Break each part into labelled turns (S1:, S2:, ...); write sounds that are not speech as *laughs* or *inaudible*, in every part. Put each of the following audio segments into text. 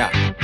S1: 아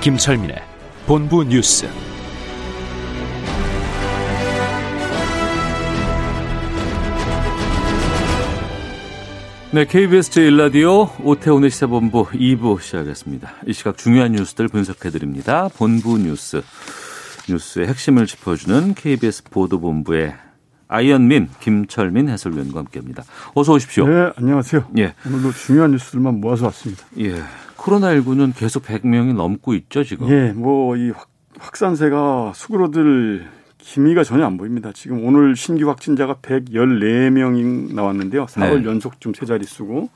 S2: 김철민의 본부 뉴스.
S3: 네, KBS 제1라디오 오태훈의 시사본부 2부 시작하겠습니다. 이 시각 중요한 뉴스들 분석해드립니다. 본부 뉴스. 뉴스의 핵심을 짚어주는 KBS 보도본부의 아이언민, 김철민 해설위원과 함께합니다. 어서 오십시오.
S4: 네, 안녕하세요.
S3: 예.
S4: 오늘도 중요한 뉴스들만 모아서 왔습니다.
S3: 예. 코로나19는 계속 100명이 넘고 있죠, 지금.
S4: 예, 뭐 이 확산세가 수그러들 기미가 전혀 안 보입니다. 지금 오늘 신규 확진자가 114명이 나왔는데요. 4월
S3: 네.
S4: 연속 좀 세 자릿수고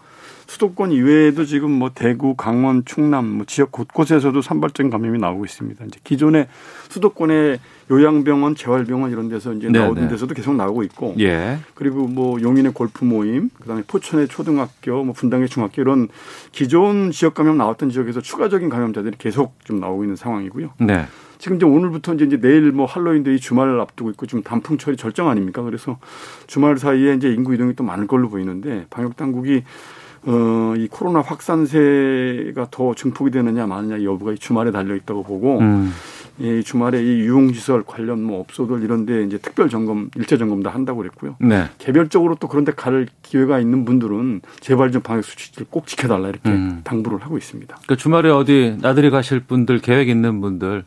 S4: 수도권 이외에도 지금 뭐 대구, 강원, 충남 뭐 지역 곳곳에서도 산발적 감염이 나오고 있습니다. 이제 기존에 수도권의 요양병원, 재활병원 이런 데서 이제
S3: 네,
S4: 나오는
S3: 네.
S4: 데서도 계속 나오고 있고
S3: 예.
S4: 그리고 뭐 용인의 골프 모임, 그다음에 포천의 초등학교, 뭐 분당의 중학교 이런 기존 지역 감염 나왔던 지역에서 추가적인 감염자들이 계속 좀 나오고 있는 상황이고요.
S3: 네.
S4: 지금 이제 오늘부터 이제 이제 내일 뭐 할로윈데이 주말을 앞두고 있고 지금 단풍철이 절정 아닙니까? 그래서 주말 사이에 이제 인구 이동이 또 많을 걸로 보이는데 방역 당국이 어, 이 코로나 확산세가 더 증폭이 되느냐 마느냐 여부가 이 주말에 달려 있다고 보고
S3: 음.
S4: 이 주말에 이 유흥시설 관련 뭐 업소들 이런데 이제 특별 점검, 일제 점검도 한다고 그랬고요.
S3: 네.
S4: 개별적으로 또 그런데 갈 기회가 있는 분들은 제발 좀 방역 수칙들 꼭 지켜달라 이렇게
S3: 음.
S4: 당부를 하고 있습니다.
S3: 그 주말에 어디 나들이 가실 분들, 계획 있는 분들,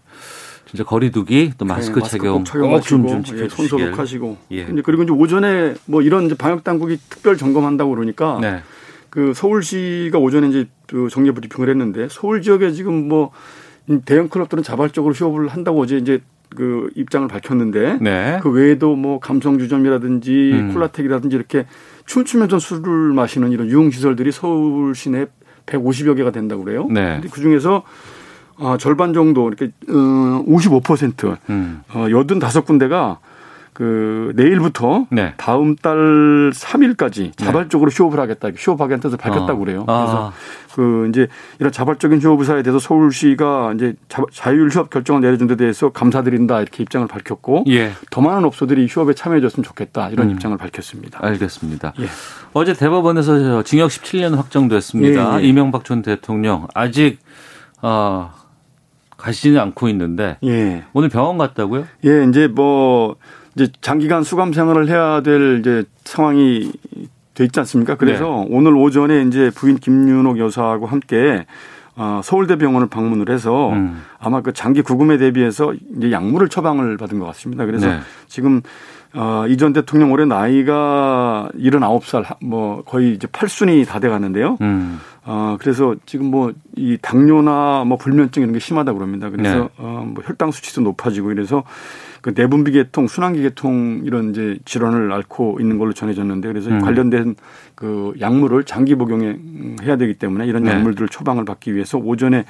S3: 진짜 거리두기, 또 마스크 착용
S4: 네, 꼭 착용하시고
S3: 꼭좀
S4: 예, 손
S3: 지켜주시길.
S4: 소독하시고
S3: 예.
S4: 이제 그리고 이제 오전에 뭐 이런 이제 방역 당국이 특별 점검한다고 그러니까
S3: 네.
S4: 그 서울시가 오전에 이제 그 정례 브리핑을 했는데 서울 지역에 지금 뭐이 대형 클럽들은 자발적으로 휴업을 한다고 어제 이제 그 입장을 밝혔는데
S3: 네.
S4: 그 외에도 뭐 감성주점이라든지
S3: 음.
S4: 콜라텍이라든지 이렇게 춤추면서 술을 마시는 이런 유흥시설들이 서울 시내 150여 개가 된다고 그래요.
S3: 네.
S4: 근데 그 중에서 아, 절반 정도 이렇게 어, 55%
S3: 음.
S4: 어, 85군데가 그 내일부터
S3: 네.
S4: 다음 달 3일까지 자발적으로 휴업을 하겠다. 휴업하겠다는 뜻을 밝혔다고
S3: 어.
S4: 그래요.
S3: 아.
S4: 그래서 그 이제 이런 자발적인 휴업 의사에 대해서 서울시가 이제 자, 자율 휴업 결정을 내려준 데 대해서 감사드린다 이렇게 입장을 밝혔고
S3: 예. 음.
S4: 더 많은 업소들이 휴업에 참여해줬으면 좋겠다 이런 입장을 밝혔습니다.
S3: 아, 알겠습니다.
S4: 예.
S3: 어제 대법원에서 저 징역 17년 확정됐습니다.
S4: 예, 예.
S3: 이명박 전 대통령 아직 어, 가시지는 않고 있는데
S4: 예,
S3: 오늘 병원 갔다고요?
S4: 예, 이제 뭐 이제 장기간 수감 생활을 해야 될 이제 상황이 돼 있지 않습니까? 그래서
S3: 네.
S4: 오늘 오전에 이제 부인 김윤옥 여사하고 함께 어, 서울대병원을 방문을 해서
S3: 음.
S4: 아마 그 장기 구금에 대비해서 이제 약물을 처방을 받은 것 같습니다. 그래서
S3: 네.
S4: 지금 어, 이전 대통령 올해 나이가 79살, 뭐 거의 이제 8순이 다 돼 가는데요.
S3: 음.
S4: 어, 그래서 지금 뭐 이 당뇨나 뭐 불면증 이런 게 심하다고 그럽니다. 그래서
S3: 네.
S4: 어, 뭐 혈당 수치도 높아지고 이래서 그 내분비 계통, 순환기 계통 이런 이제 질환을 앓고 있는 걸로 전해졌는데 그래서 이
S3: 음.
S4: 관련된 그 약물을 장기 복용해야 되기 때문에 이런
S3: 네.
S4: 약물들을 처방을 받기 위해서 오전에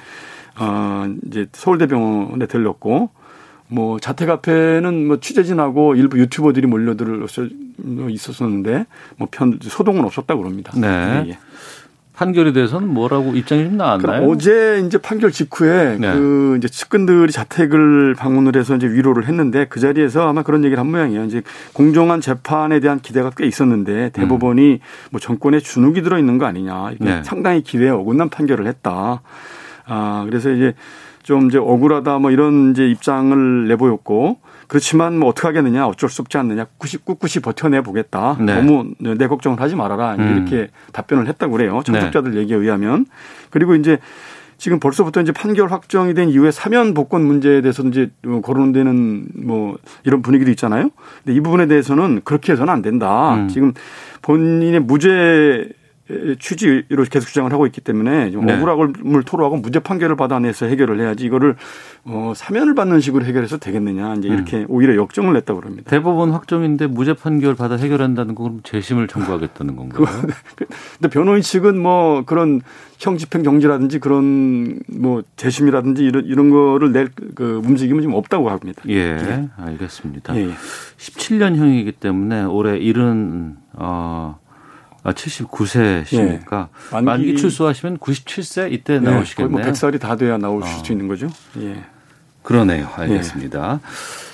S4: 어, 이제 서울대병원에 들렀고 뭐 자택 앞에는 뭐 취재진하고 일부 유튜버들이 몰려들 있었었는데 뭐 편 소동은 없었다고 그럽니다.
S3: 네.
S4: 예, 예.
S3: 판결에 대해서는 뭐라고 입장이 좀 나왔나요?
S4: 그럼 그러니까 어제 이제 판결 직후에
S3: 네.
S4: 그 이제 측근들이 자택을 방문을 해서 이제 위로를 했는데 그 자리에서 아마 그런 얘기를 한 모양이에요. 이제 공정한 재판에 대한 기대가 꽤 있었는데 대법원이 뭐 정권에 주눅이 들어 있는 거 아니냐. 이게
S3: 음. 네.
S4: 상당히 기대에 어긋난 판결을 했다. 아, 그래서 이제 좀 이제 억울하다 뭐 이런 이제 입장을 내보였고 그렇지만 뭐 어떻게 하겠느냐 어쩔 수 없지 않느냐 꿋꿋이, 꿋꿋이 버텨내 보겠다
S3: 네.
S4: 너무 내 걱정을 하지 말아라
S3: 음.
S4: 이렇게 답변을 했다고 그래요
S3: 네.
S4: 참석자들 얘기에 의하면 그리고 이제 지금 벌써부터 이제 판결 확정이 된 이후에 사면 복권 문제에 대해서 이제 어, 거론되는 뭐 이런 분위기도 있잖아요. 근데 이 부분에 대해서는 그렇게 해서는 안 된다.
S3: 음.
S4: 지금 본인의 무죄 취지로 계속 주장을 하고 있기 때문에 좀
S3: 네.
S4: 억울함을 토로하고 무죄 판결을 받아내서 해결을 해야지 이거를 어, 사면을 받는 식으로 해결해서 되겠느냐
S3: 음.
S4: 이제 이렇게 오히려 역정을 냈다 고 그럽니다.
S3: 대법원 확정인데 무죄 판결 받아 해결한다는 건 그럼 재심을 청구하겠다는 건가요?
S4: *laughs* 근데 변호인 측은 뭐 그런 형집행 정지라든지 그런 뭐 재심이라든지 이런 이런 거를 낼 그 움직임은 좀 없다고 합니다.
S3: 예, 알겠습니다.
S4: 예, 예.
S3: 17년형이기 때문에 올해 일은 어 아, 79세시니까
S4: 예. 만기-
S3: 만기 출소하시면 97세 이때
S4: 거의 뭐
S3: 예, 나오시겠네요. 어.
S4: 100살이 다 돼야 나오실 수 있는 거죠. 예.
S3: 그러네요. 알겠습니다.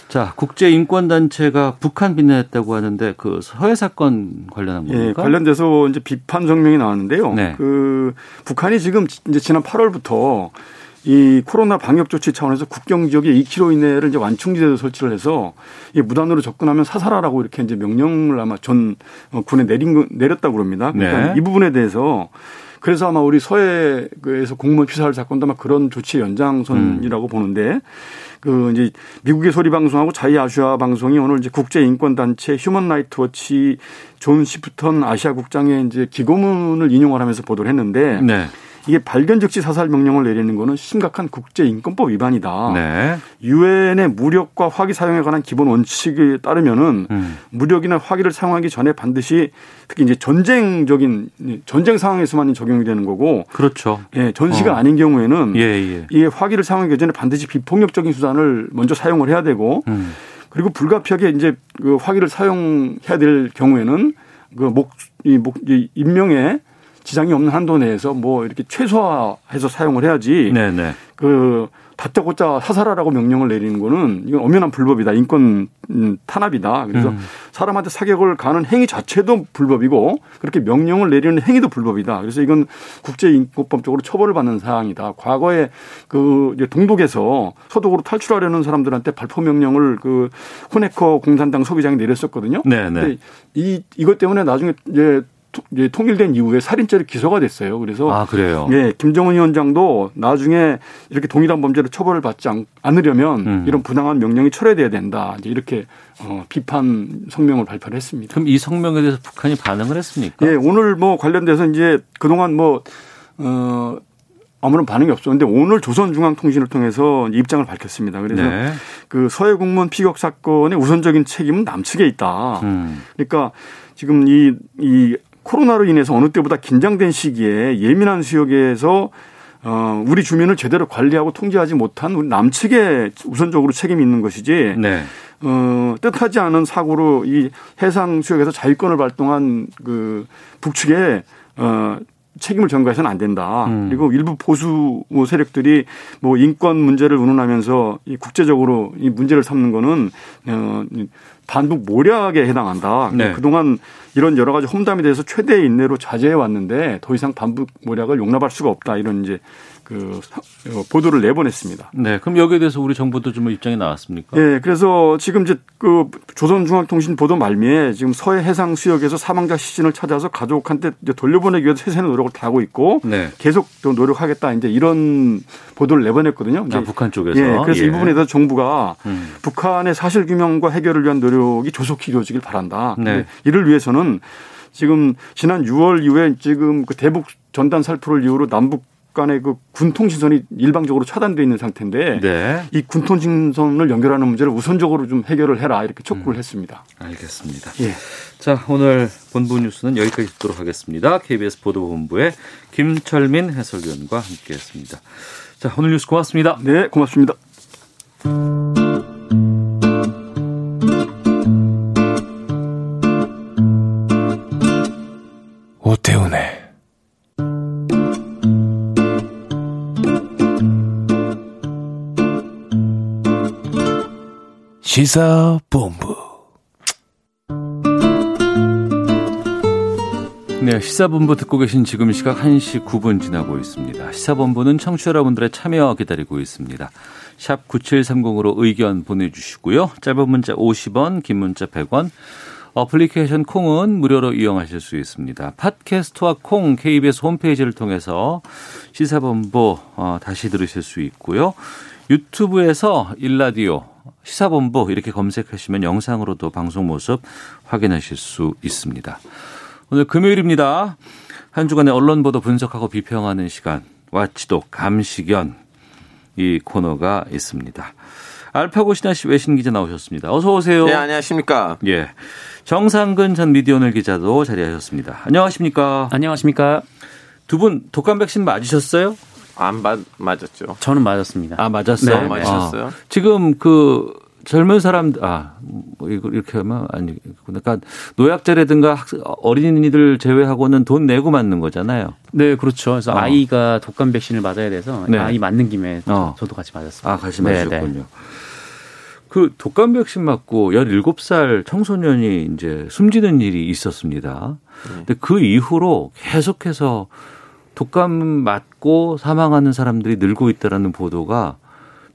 S3: 자, 국제 인권 단체가 북한 비난했다고 하는데 그 서해 사건 관련한 겁니까?
S4: 예, 관련돼서 이제 비판 성명이 나왔는데요.
S3: 네.
S4: 그 북한이 지금 지- 이제 지난 8월부터 이 코로나 방역 조치 차원에서 국경 지역에 2km 이내를 이제 완충지대로 설치를 해서 이 무단으로 접근하면 사살하라고 이렇게 이제 명령을 아마 전 어, 군에 내린 거- 내렸다고 그럽니다. 그러니까
S3: 네.
S4: 이 부분에 대해서 그래서 아마 우리 서해에서 공무원 피살 사건도 아마 그런 조치의
S3: 음.
S4: 연장선이라고 보는데 그 이제 미국의 소리 방송하고 자이 아시아 방송이 오늘 이제 국제 인권 단체 휴먼 라이트 워치 존 시프턴 아시아 국장의 이제 기고문을 인용을 하면서 보도를 했는데
S3: 네.
S4: 이게 발견 즉시 사살 명령을 내리는 거는 심각한 국제 인권법 위반이다.
S3: 네.
S4: 유엔의 무력과 화기 사용에 관한 기본 원칙에 따르면은
S3: 음.
S4: 무력이나 화기를 사용하기 전에 반드시 특히 이제 전쟁적인 전쟁 상황에서만 적용이 되는 거고
S3: 그렇죠.
S4: 예, 전시가
S3: 어.
S4: 아닌 경우에는
S3: 예, 예.
S4: 이 화기를 사용하기 전에 반드시 비폭력적인 수단을 먼저 사용을 해야 되고
S3: 음.
S4: 그리고 불가피하게 이제 그 화기를 사용해야 될 경우에는 그 그목이목이 인명에 지장이 없는 한도 내에서 뭐 이렇게 최소화해서 사용을 해야지
S3: 네, 네.
S4: 그 다짜고짜 사살하라고 명령을 내리는 거는 이건 엄연한 불법이다. 인권 음, 탄압이다. 그래서 사람한테 사격을 가는 행위 자체도 불법이고 그렇게 명령을 내리는 행위도 불법이다. 그래서 이건 국제인권법적으로 처벌을 받는 사항이다. 과거에 그 이제 동독에서 서독으로 탈출하려는 사람들한테 발포 명령을 그 호네커 공산당 소비장이 내렸었거든요.
S3: 네, 네.
S4: 근데 이 이것 때문에 나중에 이제 토- 이제 통일된 이후에 살인죄로 기소가 됐어요. 그래서
S3: 아, 그래요.
S4: 예, 김정은 위원장도 나중에 이렇게 동일한 범죄로 처벌을 받지 않, 않으려면
S3: 음.
S4: 이런 부당한 명령이 철회돼야 된다. 이제 이렇게 어, 비판 성명을 발표를 했습니다.
S3: 그럼 이 성명에 대해서 북한이 반응을 했습니까?
S4: 예, 오늘 뭐 관련돼서 이제 그동안 뭐 어, 아무런 반응이 없었는데 오늘 조선중앙통신을 통해서 입장을 밝혔습니다. 그래서
S3: 네.
S4: 그 서해 공무원 피격 사건의 우선적인 책임은 남측에 있다.
S3: 음.
S4: 그러니까 지금 이, 이 코로나로 인해서 어느 때보다 긴장된 시기에 예민한 수역에서 어, 우리 주민을 제대로 관리하고 통제하지 못한 우리 남측에 우선적으로 책임이 있는 것이지,
S3: 네.
S4: 어, 뜻하지 않은 사고로 이 해상 수역에서 자위권을 발동한 그 북측에 어, 책임을 전가해서는 안 된다. 그리고 일부 보수 뭐 세력들이 뭐 인권 문제를 운운하면서 이 국제적으로 이 문제를 삼는 거는 어, 이 반북 모략에 해당한다.
S3: 네.
S4: 그동안 이런 여러 가지 험담에 대해서 최대의 인내로 자제해 왔는데 더 이상 반북 모략을 용납할 수가 없다. 이런 이제 그 사- 어, 보도를 내보냈습니다.
S3: 네. 그럼 여기에 대해서 우리 정부도 좀 입장이 나왔습니까?
S4: 예, 그래서 지금 이제 그 조선중앙통신 보도 말미에 지금 서해 해상 수역에서 사망자 시신을 찾아서 가족한테 이제 돌려보내기 위해서 최선의 노력을 다하고 있고
S3: 네.
S4: 계속 또 노력하겠다 이제 이런 보도를 내보냈거든요.
S3: 아,
S4: 이제
S3: 북한 쪽에서.
S4: 예, 그래서
S3: 예.
S4: 이 부분에 대해서 정부가
S3: 음.
S4: 북한의 사실 규명과 해결을 위한 노력이 조속히 이루어지길 바란다. 근데
S3: 네.
S4: 이를 위해서는 지금 지난 6월 이후에 지금 그 대북 전단 살포를 이유로 남북 간의 그 군통신선이 일방적으로 차단돼 있는 상태인데
S3: 네.
S4: 이 군통신선을 연결하는 문제를 우선적으로 좀 해결을 해라 이렇게 촉구를 했습니다.
S3: 알겠습니다.
S4: 예.
S3: 자, 오늘 본부 뉴스는 여기까지 듣도록 하겠습니다. KBS 보도본부의 김철민 해설위원과 함께 했습니다. 자, 오늘 뉴스 고맙습니다.
S4: 네, 고맙습니다.
S5: 오태훈의 시사본부
S3: 네, 시사본부 듣고 계신 지금 시각 1시 9분 지나고 있습니다. 시사본부는 청취자 여러분들의 참여 기다리고 있습니다. 샵 9730으로 의견 보내주시고요. 짧은 문자 50원, 긴 문자 100원, 어플리케이션 콩은 무료로 이용하실 수 있습니다. 팟캐스트와 콩 KBS 홈페이지를 통해서 시사본부 어, 다시 들으실 수 있고요. 유튜브에서 일라디오 시사본부 이렇게 검색하시면 영상으로도 방송 모습 확인하실 수 있습니다. 오늘 금요일입니다. 한 주간의 언론 보도 분석하고 비평하는 시간 와치독 감시견 이 코너가 있습니다. 알파고 신하 씨 외신 기자 나오셨습니다. 어서 오세요.
S1: 네, 안녕하십니까.
S3: 예. 정상근 전 미디어널 기자도 자리하셨습니다. 안녕하십니까?
S6: 안녕하십니까.
S3: 두 분 독감 백신 맞으셨어요?
S1: 안 맞, 맞았죠.
S6: 저는 맞았습니다.
S3: 아, 맞았어요.
S1: 네, 맞으셨어요?
S3: 아, 지금 그 젊은 사람 아, 뭐 이거 이렇게 하면 아니 그러니까 노약자라든가 학- 어린이들 제외하고는 돈 내고 맞는 거잖아요.
S6: 네, 그렇죠. 그래서
S3: 어.
S6: 아이가 독감 백신을 맞아야 돼서
S3: 네.
S6: 아이 맞는 김에
S3: 어.
S6: 저도 같이 맞았습니다.
S3: 아, 같이
S6: 네,
S3: 맞으셨군요.
S6: 네.
S3: 그 독감 백신 맞고 17살 청소년이 이제 숨지는 일이 있었습니다. 근데 그 이후로 계속해서 독감 맞고 사망하는 사람들이 늘고 있다라는 보도가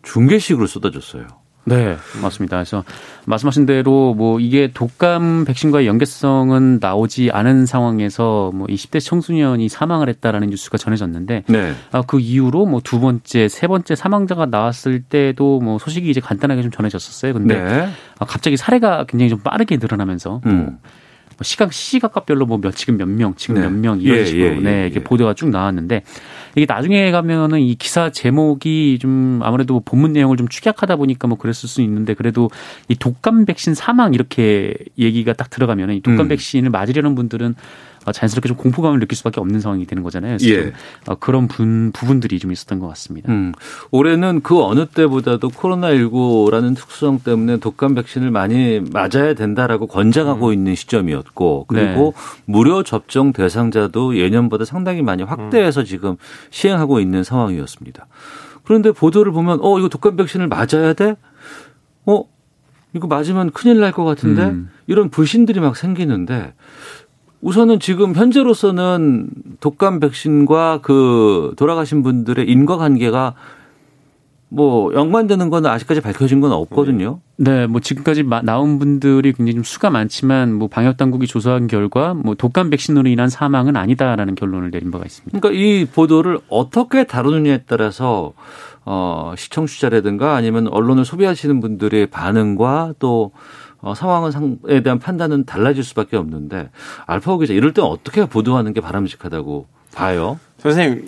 S3: 중계식으로 쏟아졌어요.
S6: 네, 맞습니다. 그래서 말씀하신 대로 뭐 이게 독감 백신과의 연계성은 나오지 않은 상황에서 뭐 20대 청소년이 사망을 했다라는 뉴스가 전해졌는데
S3: 네.
S6: 아, 그 이후로 뭐 두 번째, 세 번째 사망자가 나왔을 때도 뭐 소식이 이제 간단하게 좀 전해졌었어요. 근데
S3: 네.
S6: 아, 갑자기 사례가 굉장히 좀 빠르게 늘어나면서
S3: 음.
S6: 뭐 시각 시각각별로 뭐 몇 지금 몇 명 지금
S3: 네.
S6: 몇 명
S3: 예,
S6: 이런 식으로
S3: 예, 예,
S6: 네 이게
S3: 예.
S6: 보도가 쭉 나왔는데 이게 나중에 가면은 이 기사 제목이 좀 아무래도 뭐 본문 내용을 좀 축약하다 보니까 뭐 그랬을 수 있는데 그래도 이 독감 백신 사망 이렇게 얘기가 딱 들어가면은 이 독감
S3: 음.
S6: 백신을 맞으려는 분들은 어, 자연스럽게 좀 공포감을 느낄 수밖에 없는 상황이 되는 거잖아요. 그래서
S3: 예.
S6: 좀, 어, 그런 분 부분들이 좀 있었던 것 같습니다.
S3: 음, 올해는 그 어느 때보다도 코로나19라는 특수성 때문에 독감 백신을 많이 맞아야 된다라고 권장하고 있는 시점이었고 그리고 무료 접종 대상자도 예년보다 상당히 많이 확대해서 지금 시행하고 있는 상황이었습니다. 그런데 보도를 보면 어, 이거 독감 백신을 맞아야 돼? 어, 이거 맞으면 큰일 날 것 같은데
S6: 음.
S3: 이런 불신들이 막 생기는데 우선은 지금 현재로서는 독감 백신과 그 돌아가신 분들의 인과관계가 뭐 연관되는 건 아직까지 밝혀진 건 없거든요.
S6: 네, 뭐 지금까지 마- 나온 분들이 굉장히 좀 수가 많지만 뭐 방역 당국이 조사한 결과 뭐 독감 백신으로 인한 사망은 아니다라는 결론을 내린 바가 있습니다.
S3: 그러니까 이 보도를 어떻게 다루느냐에 따라서 어 시청자라든가 아니면 언론을 소비하시는 분들의 반응과 또 어, 상황에 상- 에 대한 판단은 달라질 수밖에 없는데 알파고 기자 이럴 때 어떻게 보도하는 게 바람직하다고 봐요?
S1: 선생님,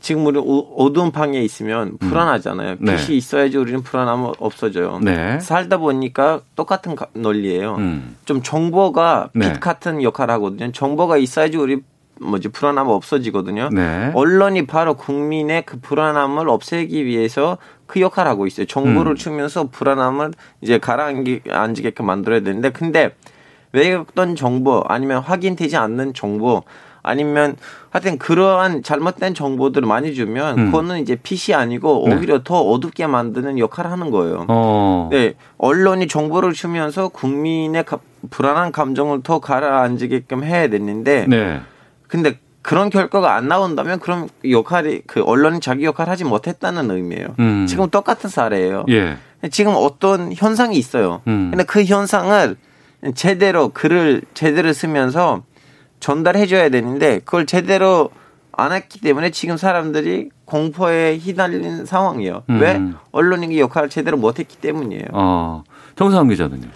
S1: 지금 우리 오- 어두운 방에 있으면 불안하잖아요.
S3: 네.
S1: 빛이 있어야지 우리는 불안하면 없어져요.
S3: 네.
S1: 살다 보니까 똑같은 가- 논리예요.
S3: 음.
S1: 좀 정보가 빛
S3: 네.
S1: 같은 역할을 하거든요. 정보가 있어야지 우리 뭐지 불안함 없어지거든요.
S3: 네.
S1: 언론이 바로 국민의 그 불안함을 없애기 위해서 그 역할을 하고 있어요.
S3: 음.
S1: 정보를 주면서 불안함을 이제 가라앉게끔 만들어야 되는데 근데 왜곡된 정보 아니면 확인되지 않는 정보 아니면 하여튼 그러한 잘못된 정보들을 많이 주면
S3: 음.
S1: 그거는 이제 핏이 아니고 오히려 더 어둡게 만드는 역할을 하는 거예요.
S3: 네. 어.
S1: 네, 언론이 정보를 주면서 국민의 가- 불안한 감정을 더 가라앉게끔 해야 되는데
S3: 네.
S1: 근데 그런 결과가 안 나온다면 그럼 역할이 그 언론이 자기 역할을 하지 못했다는 의미예요.
S3: 음.
S1: 지금 똑같은 사례예요.
S3: 예.
S1: 지금 어떤 현상이 있어요.
S3: 음.
S1: 근데 그 현상을 제대로 글을 제대로 쓰면서 전달해 줘야 되는데 그걸 제대로 안 했기 때문에 지금 사람들이 공포에 휘날리는 상황이에요.
S3: 음.
S1: 왜 언론이 그 역할을 제대로 못했기 때문이에요.
S3: 어. 정상 기자는요.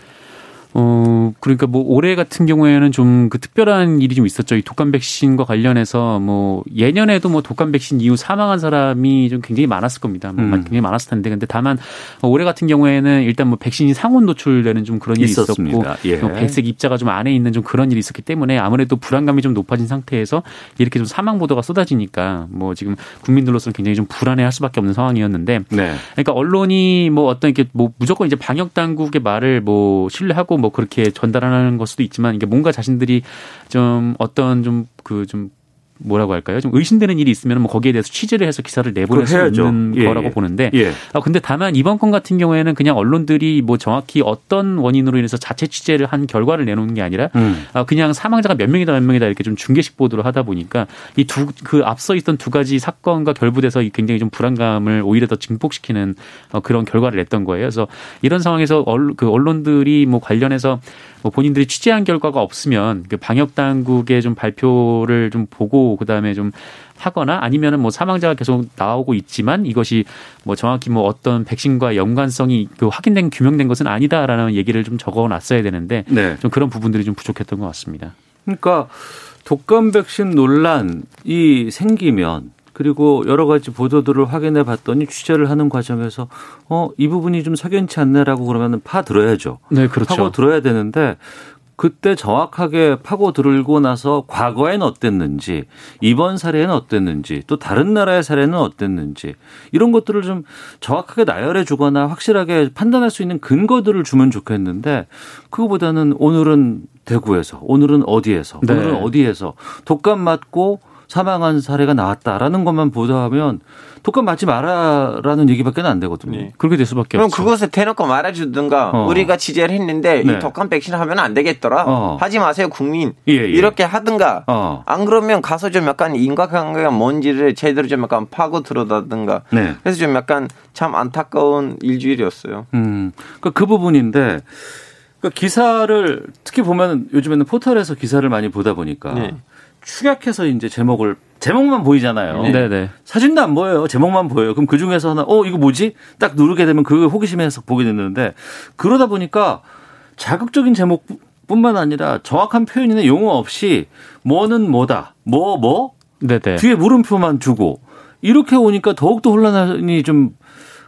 S6: 어, 그러니까 뭐 올해 같은 경우에는 좀 그 특별한 일이 좀 있었죠. 이 독감 백신과 관련해서 뭐 예년에도 뭐 독감 백신 이후 사망한 사람이 좀 굉장히 많았을 겁니다. 뭐
S3: 음.
S6: 굉장히 많았을 텐데 근데 다만 올해 같은 경우에는 일단 뭐 백신이 상온 노출되는 좀 그런 일이 있었고
S3: 있었습니다. 예.
S6: 뭐 백색 입자가 좀 안에 있는 좀 그런 일이 있었기 때문에 아무래도 불안감이 좀 높아진 상태에서 이렇게 좀 사망 보도가 쏟아지니까 뭐 지금 국민들로서는 굉장히 좀 불안해할 수밖에 없는 상황이었는데
S3: 네.
S6: 그러니까 언론이 뭐 어떤 이렇게 뭐 무조건 이제 방역 당국의 말을 뭐 신뢰하고 뭐 그렇게 전달하는 걸 수도 있지만 이게 뭔가 자신들이 좀 어떤 좀 그 좀 뭐라고 할까요? 좀 의심되는 일이 있으면 뭐 거기에 대해서 취재를 해서 기사를 내보낼 수
S3: 그거 해야죠.
S6: 있는
S3: 예,
S6: 거라고
S3: 예.
S6: 보는데
S3: 예.
S6: 아, 근데 다만 이번 건 같은 경우에는 그냥 언론들이 뭐 정확히 어떤 원인으로 인해서 자체 취재를 한 결과를 내놓는 게 아니라
S3: 음.
S6: 아, 그냥 사망자가 몇 명이다 몇 명이다 이렇게 좀 중계식 보도를 하다 보니까 이 두 그 앞서 있던 두 가지 사건과 결부돼서 이 굉장히 좀 불안감을 오히려 더 증폭시키는 어, 그런 결과를 냈던 거예요. 그래서 이런 상황에서 언, 그 언론들이 뭐 관련해서 뭐 본인들이 취재한 결과가 없으면 그 방역 당국의 좀 발표를 좀 보고 그다음에 좀 하거나 아니면은 뭐 사망자가 계속 나오고 있지만 이것이 뭐 정확히 뭐 어떤 백신과 연관성이 그 확인된 규명된 것은 아니다라는 얘기를 좀 적어 놨어야 되는데
S3: 네.
S6: 좀 그런 부분들이 좀 부족했던 것 같습니다.
S3: 그러니까 독감 백신 논란이 생기면 그리고 여러 가지 보도들을 확인해 봤더니 취재를 하는 과정에서 어 이 부분이 좀 석연치 않네라고 그러면은 파 들어야죠.
S6: 네, 그렇죠.
S3: 파고 들어야 되는데 그때 정확하게 파고 들고 나서 과거엔 어땠는지 이번 사례는 어땠는지 또 다른 나라의 사례는 어땠는지 이런 것들을 좀 정확하게 나열해 주거나 확실하게 판단할 수 있는 근거들을 주면 좋겠는데 그거보다는 오늘은 대구에서 오늘은 어디에서
S6: 네.
S3: 오늘은 어디에서 독감 맞고 사망한 사례가 나왔다라는 것만 보도하면 독감 맞지 마라라는 얘기밖에 안 되거든요.
S1: 네.
S6: 그렇게 될 수밖에
S1: 그럼
S6: 없죠.
S1: 그것을 대놓고 말해주든가
S3: 어.
S1: 우리가 취재를 했는데
S3: 네.
S1: 이 독감 백신 하면 안 되겠더라
S3: 어.
S1: 하지 마세요 국민
S3: 예, 예.
S1: 이렇게 하든가
S3: 어.
S1: 안 그러면 가서 좀 약간 인과관계가 뭔지를 제대로 좀 약간 파고 들어다든가
S3: 네.
S1: 그래서 좀 약간 참 안타까운 일주일이었어요.
S3: 음, 그러니까 그 부분인데 그러니까 기사를 특히 보면 요즘에는 포털에서 기사를 많이 보다 보니까
S1: 네.
S3: 축약해서 이제 제목을 제목만 보이잖아요.
S6: 네, 네.
S3: 사진도 안 보여요. 제목만 보여요. 그럼 그 중에서 하나 어 이거 뭐지? 딱 누르게 되면 그 호기심에서 보게 되는데 그러다 보니까 자극적인 제목 뿐만 아니라 정확한 표현이나 용어 없이 뭐는 뭐다. 뭐 뭐?
S6: 네, 네.
S3: 뒤에 물음표만 주고 이렇게 오니까 더욱더 혼란이 좀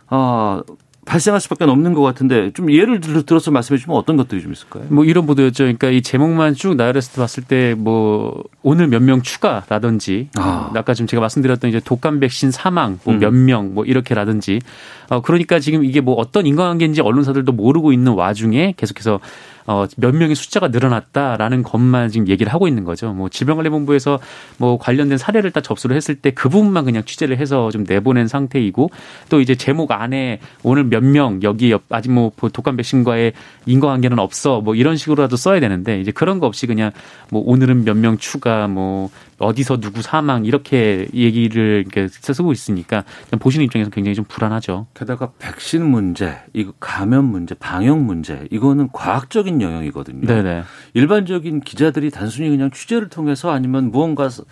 S3: 아, 발생할 수밖에 없는 것 같은데 좀 예를 들- 들어서 말씀해 주면 어떤 것들이 좀 있을까요?
S6: 뭐 이런 보도였죠. 그러니까 이 제목만 쭉 나열해서 봤을 때 뭐 오늘 몇 명 추가라든지
S3: 아.
S6: 까 지금 제가 말씀드렸던 이제 독감 백신 사망
S3: 음.
S6: 몇 명 뭐 이렇게라든지 어 그러니까 지금 이게 뭐 어떤 인과관계인지 언론사들도 모르고 있는 와중에 계속해서 어몇 명의 숫자가 늘어났다라는 것만 지금 얘기를 하고 있는 거죠. 뭐 질병관리본부에서 뭐 관련된 사례를 다 접수를 했을 때 그 부분만 그냥 취재를 해서 좀 내보낸 상태이고 또 이제 제목 안에 오늘 몇 명 여기 옆- 아직 뭐 독감 백신과의 인과관계는 없어 뭐 이런 식으로라도 써야 되는데 이제 그런 거 없이 그냥 뭐 오늘은 몇 명 추가 뭐 어디서 누구 사망 이렇게 얘기를 이렇게 쓰고 있으니까 그냥 보시는 입장에서 굉장히 좀 불안하죠.
S3: 게다가 백신 문제, 이거 감염 문제, 방역 문제 이거는 과학적인 영역이거든요.
S6: 네네.
S3: 일반적인 기자들이 단순히 그냥 취재를 통해서 아니면 무언가 사-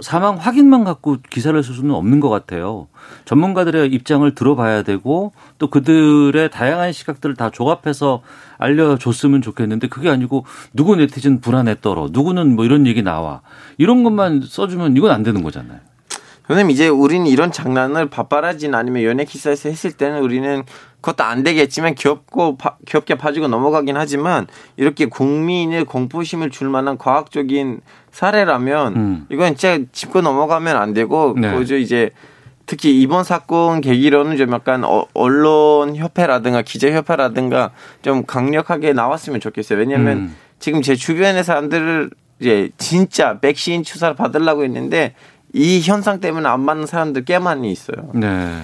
S3: 사망 확인만 갖고 기사를 쓸 수는 없는 것 같아요. 전문가들의 입장을 들어봐야 되고 또 그들의 다양한 시각들을 다 조합해서 알려줬으면 좋겠는데 그게 아니고 누구 네티즌 불안에 떨어 누구는 뭐 이런 얘기 나와 이런 것만 써주면 이건 안 되는 거잖아요.
S1: 선생님 이제 우리는 이런 장난을 바빠라진 아니면 연예 기사에서 했을 때는 우리는 그것도 안 되겠지만 귀엽고 파- 귀엽게 봐주고 넘어가긴 하지만 이렇게 국민의 공포심을 줄 만한 과학적인 사례라면
S3: 음.
S1: 이건 진짜 짚고 넘어가면 안 되고
S3: 네.
S1: 그저 이제 특히 이번 사건 계기로는 좀 약간 어- 언론 협회라든가 기자 협회라든가 좀 강력하게 나왔으면 좋겠어요. 왜냐하면
S3: 음.
S1: 지금 제 주변의 사람들을 이제 진짜 백신 주사를 받으려고 했는데 이 현상 때문에 안 맞는 사람들 꽤 많이 있어요.
S3: 네.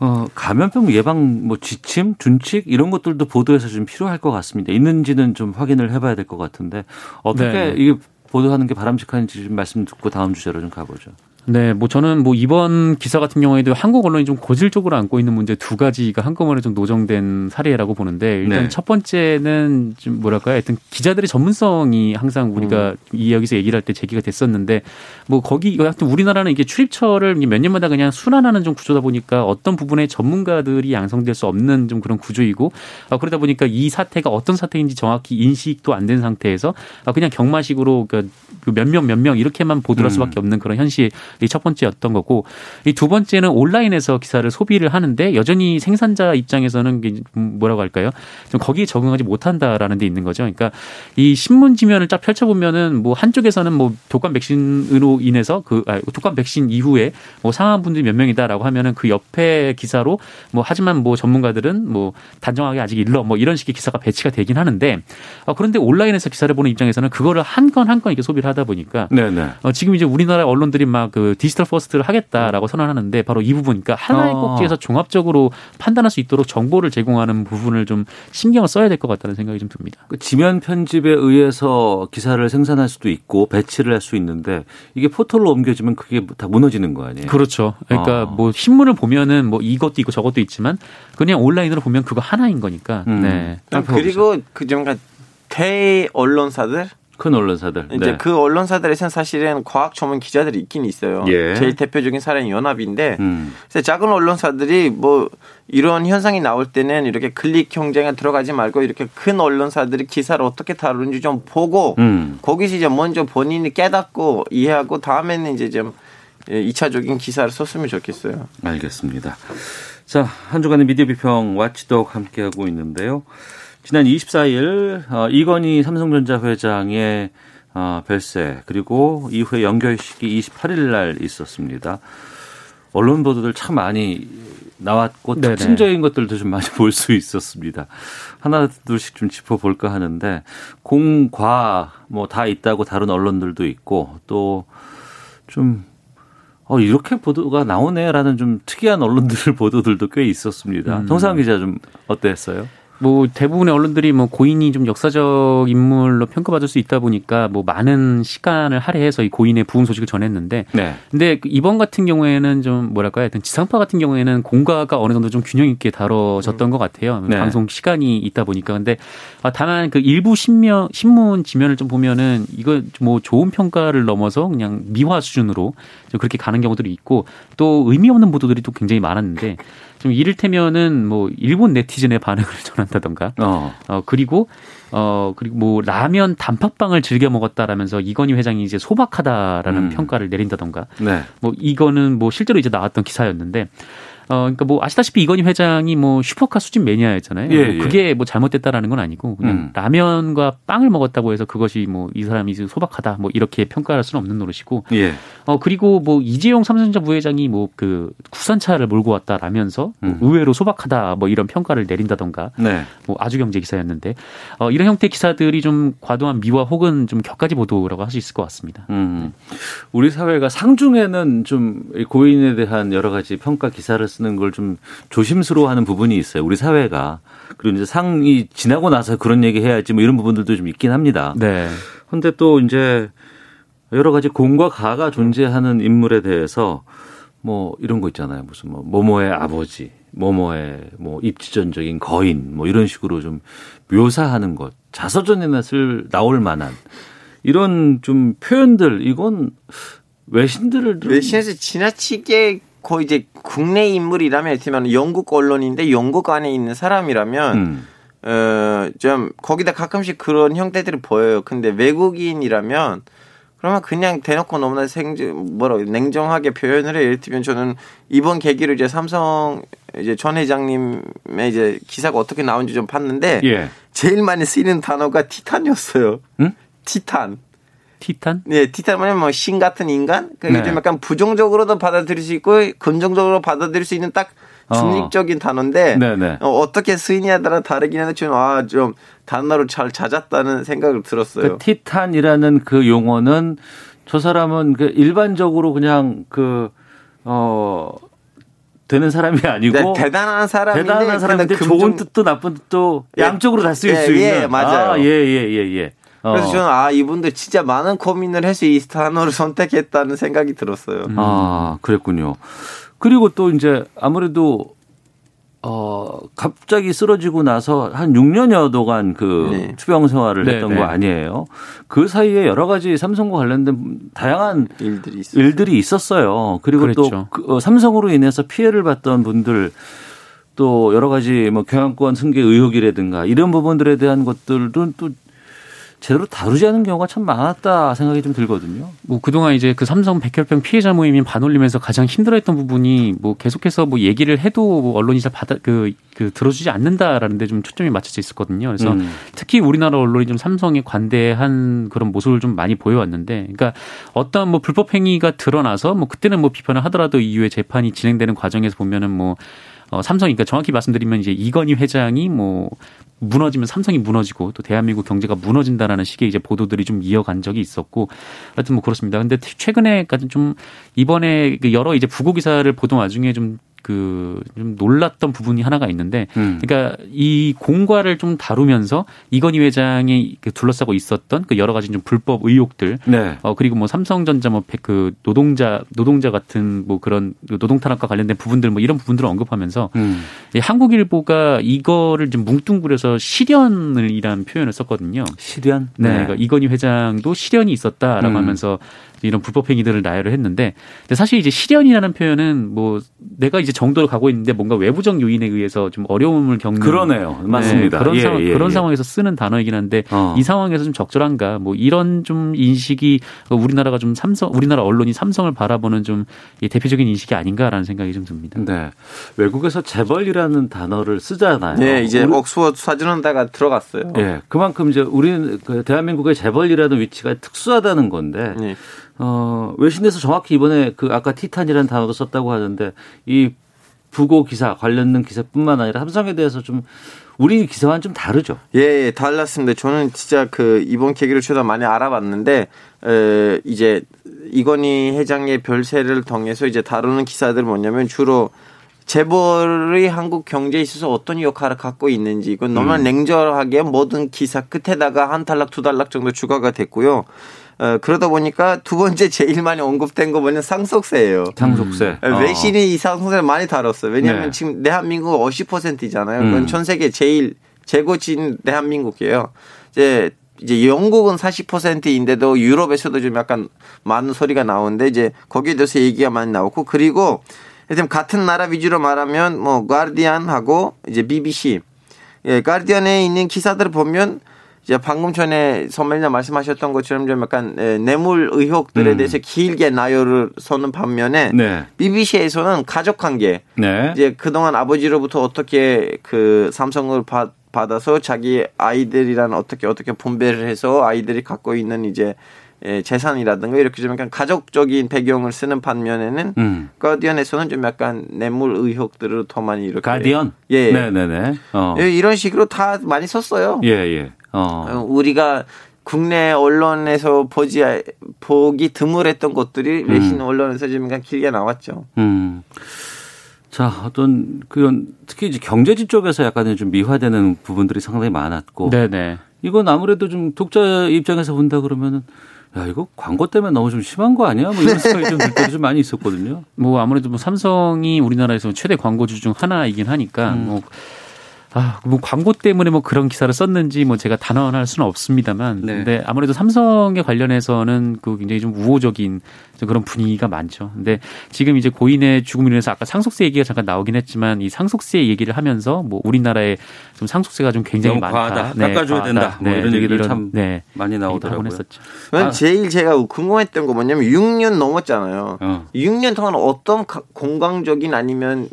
S3: 어, 감염병 예방 뭐 지침, 준칙 이런 것들도 보도에서 좀 필요할 것 같습니다. 있는지는 좀 확인을 해봐야 될 것 같은데 어떻게
S6: 네.
S3: 이게 보도하는 게 바람직한지 좀 말씀 듣고 다음 주제로 좀 가보죠.
S6: 네, 뭐 저는 뭐 이번 기사 같은 경우에도 한국 언론이 좀 고질적으로 안고 있는 문제 두 가지가 한꺼번에 좀 노정된 사례라고 보는데 일단
S3: 네.
S6: 첫 번째는 좀 뭐랄까요, 하여튼 기자들의 전문성이 항상 우리가 이 여기서 얘기를 할 때 제기가 됐었는데 뭐 거기 하여튼 우리나라는 이게 출입처를 몇 년마다 그냥 순환하는 좀 구조다 보니까 어떤 부분에 전문가들이 양성될 수 없는 좀 그런 구조이고 아, 그러다 보니까 이 사태가 어떤 사태인지 정확히 인식도 안 된 상태에서 아, 그냥 경마식으로 몇명몇명 이렇게만 보도할 수밖에 없는 그런 현실이 첫 번째였던 거고 이 두 번째는 온라인에서 기사를 소비를 하는데 여전히 생산자 입장에서는 이게 좀 뭐라고 할까요? 좀 거기에 적응하지 못한다라는 데 있는 거죠. 그러니까 이 신문 지면을 쫙 펼쳐보면은 뭐 한쪽에서는 뭐 독감 백신으로 인해서 그 아, 독감 백신 이후에 뭐 상한 분들이 몇 명이다라고 하면은 그 옆에 기사로 뭐 하지만 뭐 전문가들은 뭐 단정하게 아직 일러 뭐 이런 식의 기사가 배치가 되긴 하는데 어, 그런데 온라인에서 기사를 보는 입장에서는 그거를 한 건 한 건 이렇게 소비를 하다 보니까
S3: 네네.
S6: 어, 지금 이제 우리나라 언론들이 막 그 디지털 퍼스트를 하겠다라고 선언하는데 바로 이 부분, 그러니까 하나의
S3: 어.
S6: 꼭지에서 종합적으로 판단할 수 있도록 정보를 제공하는 부분을 좀 신경을 써야 될 것 같다는 생각이 좀 듭니다.
S3: 그 지면 편집에 의해서 기사를 생산할 수도 있고 배치를 할 수 있는데 이게 포털로 옮겨지면 그게 다 무너지는 거 아니에요?
S6: 그렇죠. 그러니까
S3: 어.
S6: 뭐 신문을 보면은 뭐 이것도 있고 저것도 있지만 그냥 온라인으로 네. 보면 그거 하나인 거니까.
S3: 음.
S6: 네.
S3: 딱
S1: 그리고 그좀 대언론사들
S3: 큰 언론사들.
S1: 이제
S3: 네.
S1: 그 언론사들에서는 사실은 과학 전문 기자들이 있긴 있어요.
S3: 예.
S1: 제일 대표적인 사례는 연합인데
S3: 음.
S1: 그래서 작은 언론사들이 뭐 이런 현상이 나올 때는 이렇게 클릭 경쟁에 들어가지 말고 이렇게 큰 언론사들이 기사를 어떻게 다루는지 좀 보고
S3: 음.
S1: 거기서 이제 먼저 본인이 깨닫고 이해하고 다음에는 이제 좀 예, 이차적인 기사를 썼으면 좋겠어요.
S3: 음. 알겠습니다. 자, 한 주간의 미디어 비평 와치독 함께하고 있는데요. 지난 24일 어, 이건희 삼성전자 회장의 어, 별세 그리고 이후에 연결식이 28일 날 있었습니다. 언론 보도들 참 많이 나왔고
S6: 네네.
S3: 특징적인 것들도 좀 많이 *laughs* 볼 수 있었습니다. 하나 둘씩 좀 짚어볼까 하는데 공과 뭐 다 있다고 다른 언론들도 있고 또좀 어, 이렇게 보도가 나오네라는 좀 특이한 언론들 *laughs* 보도들도 꽤 있었습니다. 정상 기자 좀 어땠어요?
S6: 뭐 대부분의 언론들이 뭐 고인이 좀 역사적 인물로 평가받을 수 있다 보니까 뭐 많은 시간을 할애해서 이 고인의 부흥 소식을 전했는데
S3: 네.
S6: 근데 그 이번 같은 경우에는 좀 뭐랄까요? 하여튼 지상파 같은 경우에는 공과가 어느 정도 좀 균형 있게 다뤄졌던 것 같아요.
S3: 네.
S6: 방송 시간이 있다 보니까. 근데 아, 다만 그 일부 신명, 신문 지면을 좀 보면은 이거 뭐 좋은 평가를 넘어서 그냥 미화 수준으로 좀 그렇게 가는 경우들이 있고 또 의미 없는 보도들이 또 굉장히 많았는데 좀 이를테면은 뭐 일본 네티즌의 반응을 *laughs* 전한다던가
S3: 어.
S6: 어 그리고 어 그리고 뭐 라면 단팥빵을 즐겨 먹었다라면서 이건희 회장이 이제 소박하다라는
S3: 음.
S6: 평가를 내린다던가
S3: 네.
S6: 뭐 이거는 뭐 실제로 이제 나왔던 기사였는데 어 그러니까 뭐 아시다시피 이건희 회장이 뭐 슈퍼카 수집 매니아였잖아요.
S3: 예,
S6: 뭐
S3: 예.
S6: 그게 뭐 잘못됐다라는 건 아니고 그냥
S3: 음.
S6: 라면과 빵을 먹었다고 해서 그것이 뭐 이 사람이 지금 소박하다 뭐 이렇게 평가할 수는 없는 노릇이고
S3: 예.
S6: 어 그리고 뭐 이재용 삼성전자 부회장이 뭐 그 국산차를 몰고 왔다라면서 뭐
S3: 음.
S6: 의외로 소박하다 뭐 이런 평가를 내린다던가
S3: 네.
S6: 뭐 아주경제 기사였는데 어 이런 형태 의 기사들이 좀 과도한 미화 혹은 좀 격가지 보도라고 할 수 있을 것 같습니다.
S3: 음. 우리 사회가 상중에는 좀이 고인에 대한 여러 가지 평가 기사를 쓰는 걸 좀 조심스러워하는 부분이 있어요. 우리 사회가 그리고 이제 상이 지나고 나서 그런 얘기 해야지 뭐 이런 부분들도 좀 있긴 합니다.
S6: 네.
S3: 근데 또 이제 여러 가지 공과 가가 존재하는 인물에 대해서 뭐 이런 거 있잖아요. 무슨 뭐 모모의 아버지, 모모의 뭐 입지전적인 거인 뭐 이런 식으로 좀 묘사하는 것 자서전이나 쓸 나올 만한 이런 좀 표현들 이건 외신들을 좀
S1: 외신에서 지나치게 거의 이제 국내 인물이라면 했지만 영국 언론인데 영국 안에 있는 사람이라면
S3: 음.
S1: 어, 좀 거기다 가끔씩 그런 형태들이 보여요. 근데 외국인이라면 그러면 그냥 대놓고 너무나 생 뭐라 고 냉정하게 표현을 해요. 예를 들면 저는 이번 계기로 이제 삼성 이제 전 회장님의 이제 기사가 어떻게 나온지 좀 봤는데
S3: 예.
S1: 제일 많이 쓰이는 단어가 티탄이었어요.
S3: 응?
S1: 티탄.
S6: 티탄?
S1: 네, 티타늄은 뭐신 같은 인간? 그러니까
S3: 네.
S1: 좀 약간 부정적으로도 받아들일 수 있고 긍정적으로 받아들일 수 있는 딱
S3: 어.
S1: 중립적인 단어인데
S3: 네네.
S1: 어, 어떻게 쓰이냐에 따라 다르긴 한데 저는 아, 좀 단어로 잘 찾았다는 생각을
S3: 그
S1: 들었어요.
S3: 티탄이라는 그 용어는 저 사람은 그 일반적으로 그냥 그어 되는 사람이 아니고
S1: 네, 대단한 사람인데
S3: 대단한 사람인데
S1: 근데
S3: 좋은
S1: 긍정-
S3: 뜻도 나쁜 뜻도
S1: 예.
S3: 양쪽으로 다 쓰일
S1: 예,
S3: 수
S1: 예,
S3: 있는
S1: 맞아요.
S3: 아, 예, 예, 예, 예. 어.
S1: 그래서 저는 아 이분들 진짜 많은 고민을 해서 이 단어를 *laughs* 선택했다는 생각이 들었어요.
S3: 아, 그랬군요. 그리고 또 이제 아무래도 어, 갑자기 쓰러지고 나서 한 6년여도간 그
S1: 네.
S3: 투병 생활을
S6: 네,
S3: 했던
S6: 네.
S3: 거 아니에요. 그 사이에 여러 가지 삼성과 관련된 다양한
S1: 일들이 있어요.
S3: 일들이 있었어요. 그리고 또
S6: 그랬죠.
S3: 그, 어, 삼성으로 인해서 피해를 봤던 분들 또 여러 가지 뭐 경영권 승계 의혹이라든가 이런 부분들에 대한 것들은 또 제대로 다루지 않은 경우가 참 많았다 생각이 좀 들거든요.
S6: 뭐 그동안 이제 그 삼성 백혈병 피해자 모임인 반올림에서 가장 힘들어했던 부분이 뭐 계속해서 뭐 얘기를 해도 뭐 언론이 잘 받아 그, 그 들어주지 않는다라는 데 좀 초점이 맞춰져 있었거든요. 그래서
S3: 음.
S6: 특히 우리나라 언론이 좀 삼성에 관대한 그런 모습을 좀 많이 보여왔는데, 그러니까 어떤 뭐 불법 행위가 드러나서 뭐 그때는 뭐 비판을 하더라도 이후에 재판이 진행되는 과정에서 보면은 뭐 어, 삼성이, 그러니까 정확히 말씀드리면 이제 이건희 회장이 뭐 무너지면 삼성이 무너지고 또 대한민국 경제가 무너진다라는 식의 이제 보도들이 좀 이어간 적이 있었고 하여튼 뭐 그렇습니다. 근데 최근에까지 좀 이번에 그 여러 이제 부고 기사를 보던 와중에 좀 그 좀 놀랐던 부분이 하나가 있는데
S3: 음.
S6: 그러니까 이 공과를 좀 다루면서 이건희 회장이 그 둘러싸고 있었던 그 여러 가지 좀 불법 의혹들
S3: 네.
S6: 어 그리고 뭐 삼성전자 뭐 그 노동자 노동자 같은 뭐 그런 그 노동 탄압과 관련된 부분들 뭐 이런 부분들을 언급하면서
S3: 음.
S6: 이 한국일보가 이거를 좀 뭉뚱그려서 실현을 이란 표현을 썼거든요.
S3: 실현?
S6: 네. 그러니까 이건희 회장도 실현이 있었다라고
S3: 음.
S6: 하면서 이런 불법 행위들을 나열을 했는데 근데 사실 이제 실현이라는 표현은 뭐 내가 이제 정도를 가고 있는데 뭔가 외부적 요인에 의해서 좀 어려움을 겪는
S3: 그러네요. 맞습니다.
S6: 네, 그런
S3: 예,
S6: 상황
S3: 예,
S6: 그런
S3: 예.
S6: 상황에서 쓰는 단어이긴 한데
S3: 어.
S6: 이 상황에서 좀 적절한가 뭐 이런 좀 인식이 우리나라가 좀 삼성 우리나라 언론이 삼성을 바라보는 좀이 대표적인 인식이 아닌가라는 생각이 좀 듭니다.
S3: 네. 외국에서 재벌이라는 단어를 쓰잖아요.
S1: 네, 이제
S3: 우리-
S1: 옥스퍼드 사전원다가 들어갔어요.
S3: 예, 그만큼 이제 우리는 그 대한민국의 재벌이라는 위치가 특수하다는 건데
S1: 네.
S3: 어, 외신에서 정확히 이번에 그 아까 티탄이라는 단어도 썼다고 하는데 이 부고 기사 관련된 기사뿐만 아니라 삼성에 대해서 좀 우리 기사와는 좀 다르죠.
S1: 예, 예, 달랐습니다. 저는 진짜 그 이번 계기를 최대한 많이 알아봤는데 에, 이제 이건희 회장의 별세를 통해서 이제 다루는 기사들 뭐냐면 주로 재벌이 한국 경제에 있어서 어떤 역할을 갖고 있는지 이건 너무나 냉철하게 모든 기사 끝에다가 한 탈락 두 탈락 정도 추가가 됐고요. 어, 그러다 보니까 두 번째 제일 많이 언급된 거 뭐냐면 쌍속세예요.
S3: 상속세. 어.
S1: 네, 외신이 이 상승세를 많이 다뤘어요. 왜냐하면
S3: 네.
S1: 지금 대한민국 50%잖아요.
S3: 음.
S1: 그건 전 세계 제일 재고친 대한민국이에요. 이제 이제 영국은 40%인데도 유럽에서도 좀 약간 많은 소리가 나오는데 이제 거기에 대해서 얘기가 많이 나오고 그리고 일단 같은 나라 위주로 말하면 뭐 가디언하고 이제 BBC 예, 가디언에 있는 기사들을 보면 이제 방금 전에 선배님 말씀하셨던 것처럼 좀 약간 예, 뇌물 의혹들에 대해서 길게 나열을 서는 반면에
S3: 음. 네.
S1: BBC에서는 가족 관계
S3: 네.
S1: 이제 그동안 아버지로부터 어떻게 그 삼성을 받 받아서 자기 아이들이란 어떻게 어떻게 분배를 해서 아이들이 갖고 있는 이제 예, 재산이라든가 이렇게 좀 약간 가족적인 배경을 쓰는 반면에는
S3: 음.
S1: 가디언에서는 좀 약간 뇌물 의혹들을 더 많이 이렇게
S3: 가디언.
S1: 예, 예.
S3: 네네네. 어.
S1: 예, 이런 식으로 다 많이 썼어요.
S3: 예, 예. 어.
S1: 어, 우리가 국내 언론에서 보지 보기 드물했던 것들이 외신 언론에서 지금 약간 길게 나왔죠.
S3: 음. 자, 어떤 그런 특히 이제 경제지 쪽에서 약간 좀 미화되는 부분들이 상당히 많았고
S6: 네네.
S3: 이건 아무래도 좀 독자 입장에서 본다 그러면은 야 이거 광고 때문에 너무 좀 심한 거 아니야?
S1: *laughs*
S3: 뭐 이런 생각이 좀 들 때도 좀 많이 있었거든요.
S6: 뭐 아무래도 뭐 삼성이 우리나라에서 최대 광고주 중 하나이긴 하니까
S3: 음.
S6: 뭐 아, 뭐 광고 때문에 뭐 그런 기사를 썼는지 뭐 제가 단언할 수는 없습니다만
S3: 네.
S6: 근데 아무래도 삼성에 관련해서는 그 굉장히 좀 우호적인 좀 그런 분위기가 많죠. 근데 지금 이제 고인의 죽음으로 인해서 아까 상속세 얘기가 잠깐 나오긴 했지만 이 상속세 얘기를 하면서 뭐 우리나라에 좀 상속세가 좀 굉장히
S3: 너무
S6: 많다.
S3: 과하다. 깎아줘야 된다. 뭐 이런 얘기들 참
S6: 네.
S3: 많이
S6: 얘기도
S3: 나오더라고요.
S6: 하곤 했었죠.
S1: 저는
S3: 아.
S1: 제일 제가 궁금했던 거 뭐냐면 6년 넘었잖아요.
S3: 어.
S1: 6년 동안 어떤 가- 공강적인 아니면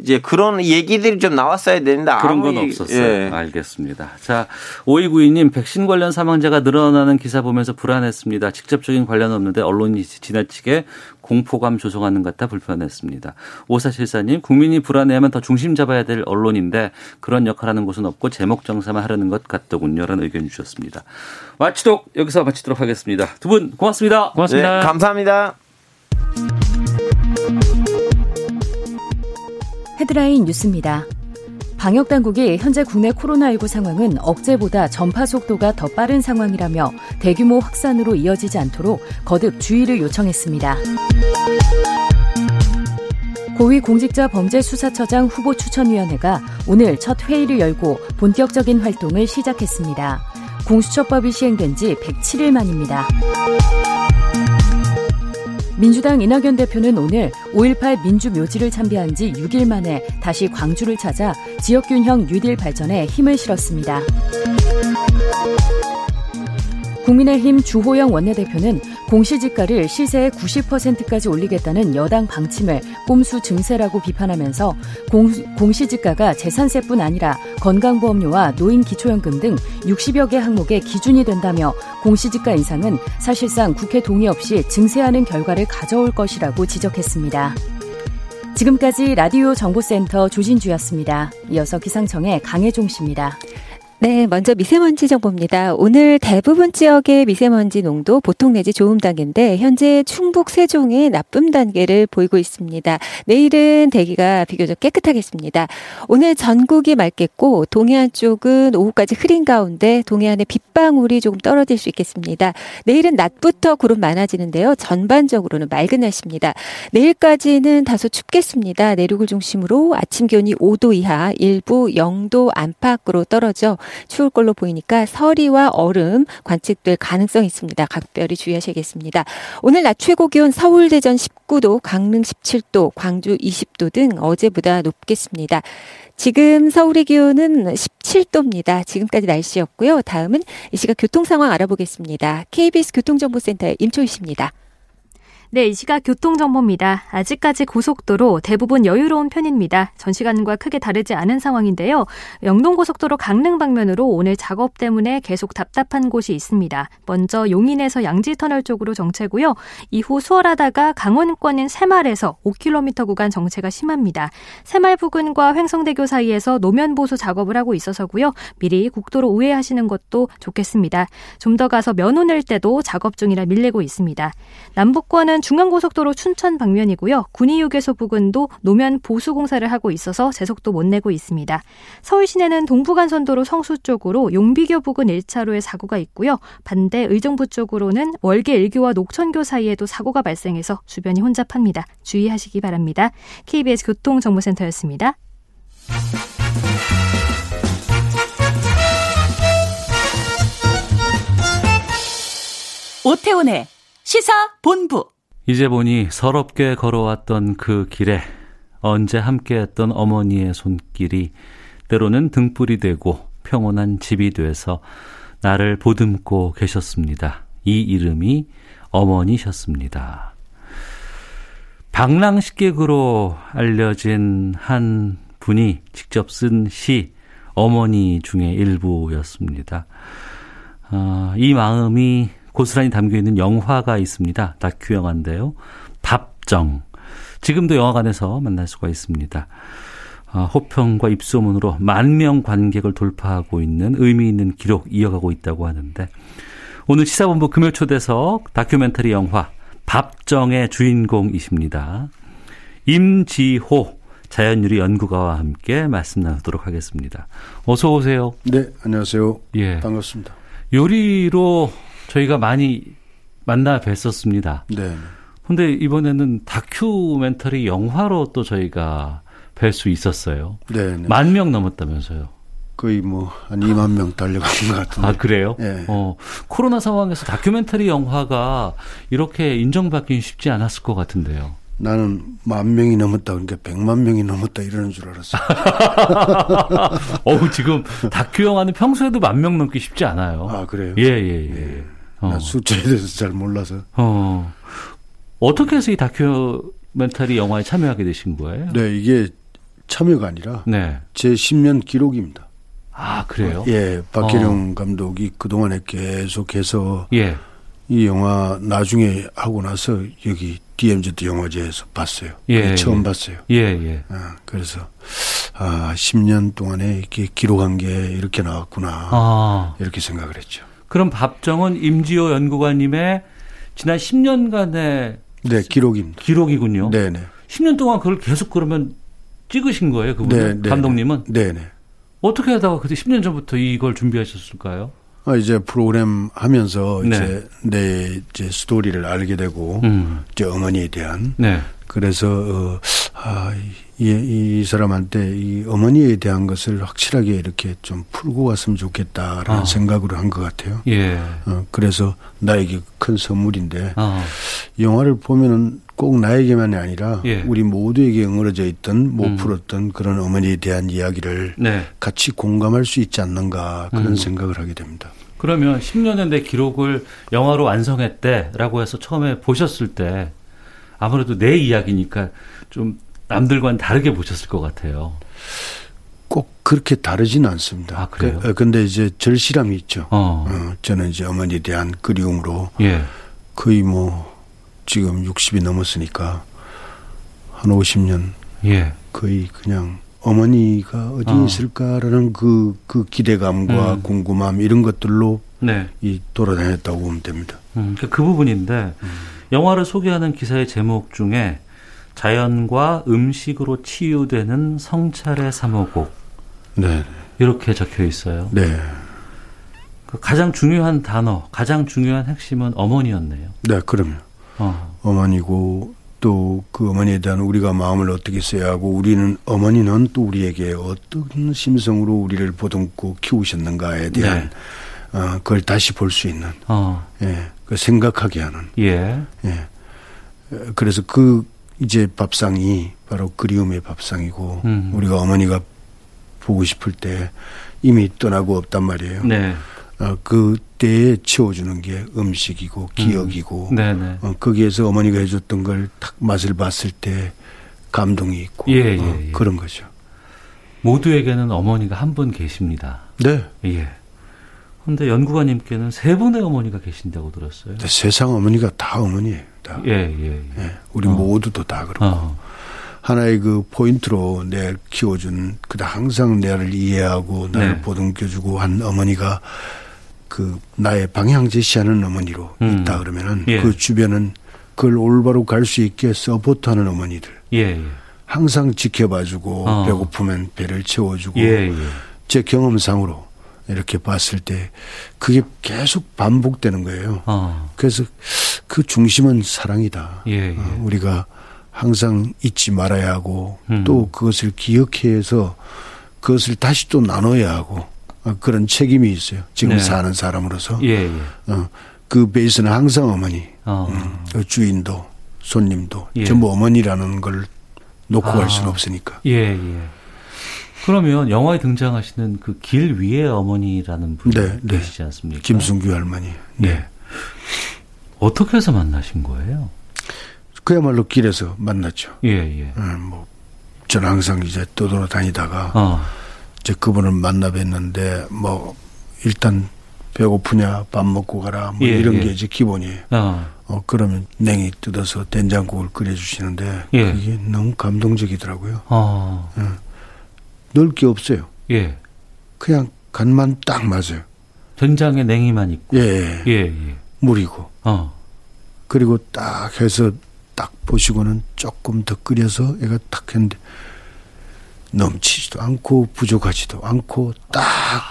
S1: 이제 그런 얘기들이 좀 나왔어야 되는데
S3: 그런 건
S1: 아무리-
S3: 없었어요.
S1: 예.
S3: 알겠습니다. 자, 5292님, 백신 관련 사망자가 늘어나는 기사 보면서 불안했습니다. 직접적인 관련 없는데 언론이 지나치게 공포감 조성하는 것 같아 불편했습니다. 5474님, 국민이 불안해하면 더 중심 잡아야 될 언론인데 그런 역할하는 곳은 없고 제목 정사만 하려는 것 같더군요. 라는 의견 주셨습니다. 마치독 여기서 마치도록 하겠습니다. 두 분 고맙습니다.
S1: 네,
S6: 고맙습니다.
S1: 감사합니다.
S7: 헤드라인 뉴스입니다. 방역당국이 현재 국내 코로나19 상황은 억제보다 전파 속도가 더 빠른 상황이라며 대규모 확산으로 이어지지 않도록 거듭 주의를 요청했습니다. 고위공직자범죄수사처장 후보 추천위원회가 오늘 첫 회의를 열고 본격적인 활동을 시작했습니다. 공수처법이 시행된 지 107일 만입니다. 민주당 이낙연 대표는 오늘 5.18 민주묘지를 참배한 지 6일 만에 다시 광주를 찾아 지역균형 뉴딜 발전에 힘을 실었습니다. 국민의힘 주호영 원내대표는 공시지가를 시세의 90%까지 올리겠다는 여당 방침을 꼼수 증세라고 비판하면서 공, 시지가가 재산세뿐 아니라 건강보험료와 노인기초연금 등 60여 개 항목의 기준이 된다며 공시지가 인상은 사실상 국회 동의 없이 증세하는 결과를 가져올 것이라고 지적했습니다. 지금까지 라디오 정보센터 조진주였습니다. 이어서 기상청의 강혜종 씨입니다.
S8: 네, 먼저 미세먼지 정보입니다. 오늘 대부분 지역의 미세먼지 농도 보통 내지 좋음 단계인데 현재 충북 세종의 나쁨 단계를 보이고 있습니다. 내일은 대기가 비교적 깨끗하겠습니다. 오늘 전국이 맑겠고 동해안 쪽은 오후까지 흐린 가운데 동해안에 빗방울이 조금 떨어질 수 있겠습니다. 내일은 낮부터 구름 많아지는데요. 전반적으로는 맑은 날씨입니다. 내일까지는 다소 춥겠습니다. 내륙을 중심으로 아침 기온이 5도 이하, 일부 0도 안팎으로 떨어져 추울 걸로 보이니까 서리와 얼음 관측될 가능성이 있습니다. 각별히 주의하셔야겠습니다. 오늘 낮 최고 기온 서울 대전 19도, 강릉 17도, 광주 20도 등 어제보다 높겠습니다. 지금 서울의 기온은 17도입니다. 지금까지 날씨였고요. 다음은 이 시각 교통 상황 알아보겠습니다. KBS 교통정보센터의 임초희 씨입니다.
S7: 네, 이 시각 교통정보입니다. 아직까지 고속도로 대부분 여유로운 편입니다. 전 시간과 크게 다르지 않은 상황인데요. 영동고속도로 강릉 방면으로 오늘 작업 때문에 계속 답답한 곳이 있습니다. 먼저 용인에서 양지터널 쪽으로 정체고요. 이후 수월하다가 강원권인 새말에서 5km 구간 정체가 심합니다. 새말 부근과 횡성대교 사이에서 노면 보수 작업을 하고 있어서고요. 미리 국도로 우회하시는 것도 좋겠습니다. 좀 더 가서 면허낼 때도 작업 중이라 밀리고 있습니다. 남북권은 중앙고속도로 춘천 방면이고요. 군위휴게소 부근도 노면 보수 공사를 하고 있어서 제속도 못 내고 있습니다. 서울 시내는 동부간선도로 성수 쪽으로 용비교 부근 1차로에 사고가 있고요. 반대 의정부 쪽으로는 월계 1교와 녹천교 사이에도 사고가 발생해서 주변이 혼잡합니다. 주의하시기 바랍니다. KBS 교통정보센터였습니다.
S9: 오태훈의 시사 본부.
S3: 이제 보니 서럽게 걸어왔던 그 길에 언제 함께했던 어머니의 손길이 때로는 등불이 되고 평온한 집이 돼서 나를 보듬고 계셨습니다. 이 이름이 어머니셨습니다. 방랑식객으로 알려진 한 분이 직접 쓴 시 어머니 중의 일부였습니다. 아, 이 마음이 고스란히 담겨 있는 영화가 있습니다. 다큐 영화인데요. 밥정. 지금도 영화관에서 만날 수가 있습니다. 아, 호평과 입소문으로 만 명 관객을 돌파하고 있는 의미 있는 기록 이어가고 있다고 하는데 오늘 시사본부 금요 초대석 다큐멘터리 영화 밥정의 주인공이십니다. 임지호 자연유리 연구가와 함께 말씀 나누도록 하겠습니다. 어서 오세요.
S4: 네, 안녕하세요.
S3: 예.
S4: 반갑습니다.
S3: 요리로 저희가 많이 만나 뵀었습니다.
S4: 네.
S3: 근데 이번에는 다큐멘터리 영화로 또 저희가 뵐 수 있었어요.
S4: 네. 네.
S3: 만 명 넘었다면서요.
S4: 거의 뭐 한 2만 명 달려가는 것 같은데.
S3: 아, 그래요?
S4: 예.
S3: 어, 코로나 상황에서 다큐멘터리 영화가 이렇게 인정받기는 쉽지 않았을 것
S4: *laughs*
S3: 같은데요.
S4: 나는 만 명이 넘었다 그러니까 100만 명이 넘었다 이러는 줄 알았어.
S3: 어우, 지금 다큐 영화는 평소에도 만 명 넘기 쉽지 않아요.
S4: 아, 그래요?
S3: 예, 예, 예.
S4: 예.
S3: 어.
S4: 나 숫자에 대해서 잘 몰라서.
S3: 어. 어떻게 해서 이 다큐멘터리 영화에 참여하게 되신 거예요?
S4: 네, 이게 참여가 아니라
S3: 네.
S4: 제 10년 기록입니다.
S3: 아, 그래요? 어,
S4: 예, 박혜령 감독이 그동안에 계속해서
S3: 예.
S4: 이 영화 나중에 하고 나서 여기 DMZ 영화제에서 봤어요.
S3: 예,
S4: 처음
S3: 예.
S4: 봤어요.
S3: 예, 예.
S4: 아, 그래서 아, 10년 동안에 이렇게 기록한 게 이렇게 나왔구나.
S3: 아.
S4: 이렇게 생각을 했죠.
S3: 그럼 밥정은 임지호 연구관님의 지난 10년간의
S4: 네, 기록입니다.
S3: 기록이군요.
S4: 네, 네.
S3: 10년 동안 그걸 계속 그러면 찍으신 거예요,
S4: 네,
S3: 그분
S4: 네.
S3: 감독님은
S4: 네, 네.
S3: 어떻게 하다가 그때 10년 전부터 이걸 준비하셨을까요?
S4: 아, 이제 프로그램 하면서
S3: 네.
S4: 이제 내 이제 스토리를 알게 되고
S3: 음,
S4: 이제 어머니에 대한
S3: 네,
S4: 그래서 어, 아, 이, 이 사람한테 이 어머니에 대한 것을 확실하게 이렇게 좀 풀고 왔으면 좋겠다라는
S3: 아.
S4: 생각으로 한 것 같아요.
S3: 예,
S4: 어, 그래서 나에게 큰 선물인데
S3: 아,
S4: 영화를 보면은 꼭 나에게만이 아니라
S3: 예.
S4: 우리 모두에게 응어러져 있던 못
S3: 음.
S4: 풀었던 그런 어머니에 대한 이야기를
S3: 네.
S4: 같이 공감할 수 있지 않는가 그런
S3: 음.
S4: 생각을 하게 됩니다.
S3: 그러면 10년의 내 기록을 영화로 완성했대라고 해서 처음에 보셨을 때 아무래도 내 이야기니까 좀 남들과는 다르게 보셨을 것 같아요.
S4: 꼭 그렇게 다르진 않습니다.
S3: 아, 그래요?
S4: 그, 어, 근데 이제 절실함이 있죠.
S3: 어,
S4: 어, 저는 이제 어머니에 대한 그리움으로
S3: 예,
S4: 거의 뭐 지금 60이 넘었으니까 한 50년
S3: 예.
S4: 거의 그냥 어머니가 어디
S8: 아.
S4: 있을까라는 그, 그 기대감과
S8: 음.
S4: 궁금함 이런 것들로
S3: 네.
S4: 이 돌아다녔다고 보면 됩니다.
S3: 음, 그러니까 그 부분인데 영화를 소개하는 기사의 제목 중에 자연과 음식으로 치유되는 성찰의 사모곡
S4: 네,
S3: 이렇게 적혀 있어요.
S4: 네,
S3: 그 가장 중요한 단어, 가장 중요한 핵심은 어머니였네요.
S4: 네, 그럼요.
S3: 어.
S4: 어머니고 또 그 어머니에 대한 우리가 마음을 어떻게 써야 하고 우리는 어머니는 또 우리에게 어떤 심성으로 우리를 보듬고 키우셨는가에 대한 어, 그걸 다시 볼 수 있는
S3: 어.
S4: 예, 그 생각하게 하는
S3: 예.
S4: 예. 에, 그래서 그 이제 밥상이 바로 그리움의 밥상이고
S3: 음.
S4: 우리가 어머니가 보고 싶을 때 이미 떠나고 없단 말이에요.
S3: 네.
S4: 어, 그때에 채워주는 게 음식이고 기억이고
S3: 네, 네.
S4: 어, 거기에서 어머니가 해줬던 걸 탁 맛을 봤을 때 감동이 있고
S3: 예, 예,
S4: 어,
S3: 예.
S4: 그런 거죠.
S3: 모두에게는 어머니가 한 분 계십니다.
S4: 네.
S3: 예. 근데 연구가님께는 세 분의 어머니가 계신다고 들었어요.
S4: 근데 세상 어머니가 다 어머니예요. 다.
S3: 예, 예, 예.
S4: 예, 우리 모두도 다 그렇고
S3: 어.
S4: 하나의 그 포인트로 내 키워준 그다 항상 나를 이해하고 나를
S3: 네.
S4: 보듬겨주고 한 어머니가 그 나의 방향 제시하는 어머니로
S3: 음.
S4: 있다 그러면은
S3: 예.
S4: 그 주변은 그걸 올바로 갈 수 있게 서포트하는 어머니들
S3: 예, 예.
S4: 항상 지켜봐주고
S3: 어.
S4: 배고프면 배를 채워주고
S3: 예, 예.
S4: 제 경험상으로 이렇게 봤을 때 그게 계속 반복되는 거예요.
S3: 어.
S4: 그래서 그 중심은 사랑이다.
S3: 예, 예.
S4: 어, 우리가 항상 잊지 말아야 하고
S3: 음.
S4: 또 그것을 기억해서 그것을 다시 또 나눠야 하고 어, 그런 책임이 있어요. 지금
S3: 네.
S4: 사는 사람으로서
S3: 예, 예.
S4: 어, 그 베이스는 항상 어머니,
S3: 어.
S4: 음, 그 주인도 손님도
S3: 예.
S4: 전부 어머니라는 걸 놓고
S3: 아.
S4: 갈 수는 없으니까.
S3: 예, 예. 그러면 영화에 등장하시는 그 길 위의 어머니라는 분이
S4: 네, 네.
S3: 계시지 않습니까?
S4: 김순규 할머니. 네.
S3: 예. 어떻게 해서 만나신 거예요?
S4: 그야말로 길에서 만났죠.
S3: 예, 예.
S4: 음, 뭐, 저는 항상 이제 떠돌아다니다가
S3: 어.
S4: 이제 그분을 만나 뵀는데 뭐 일단 배고프냐 밥 먹고 가라 뭐
S3: 예,
S4: 이런
S3: 예.
S4: 게 이제 기본이에요.
S3: 어.
S4: 어 그러면 냉이 뜯어서 된장국을 끓여주시는데
S3: 예.
S4: 그게 너무 감동적이더라고요.
S3: 어.
S4: 넣을 게 없어요.
S3: 예.
S4: 그냥 간만 딱 맞아요.
S3: 된장에 냉이만 있고.
S4: 예, 예.
S3: 예, 예.
S4: 물이고
S3: 어.
S4: 그리고 딱 해서 딱 보시고는 조금 더 끓여서 애가 탁 했는데 넘치지도 않고 부족하지도 않고 딱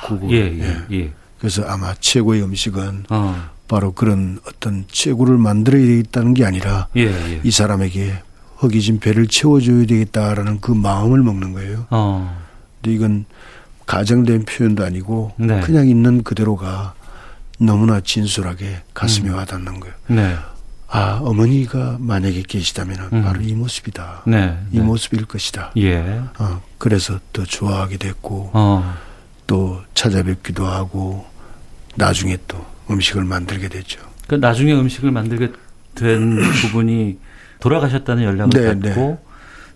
S4: 구고
S3: 예, 예, 예.
S4: 그래서 아마 최고의 음식은
S3: 어.
S4: 바로 그런 어떤 최고를 만들어야 되겠다는 게 아니라
S3: 예, 예.
S4: 이 사람에게 허기진 배를 채워줘야 되겠다라는 그 마음을 먹는 거예요.
S3: 어.
S4: 근데 이건 가정된 표현도 아니고
S3: 네.
S4: 그냥 있는 그대로가 너무나 진솔하게
S3: 음.
S4: 가슴에 와닿는 거예요.
S3: 네.
S4: 아 어머니가 만약에 계시다면
S3: 음.
S4: 바로 이 모습이다.
S3: 네.
S4: 이
S3: 네.
S4: 모습일 것이다.
S3: 예.
S4: 어, 그래서 더 좋아하게 됐고
S3: 어.
S4: 또 찾아뵙기도 하고 나중에 또 음식을 만들게 됐죠.
S3: 그 나중에 음식을 만들게
S4: *coughs*
S3: 된 부분이 돌아가셨다는 연락을
S4: 네,
S3: 받고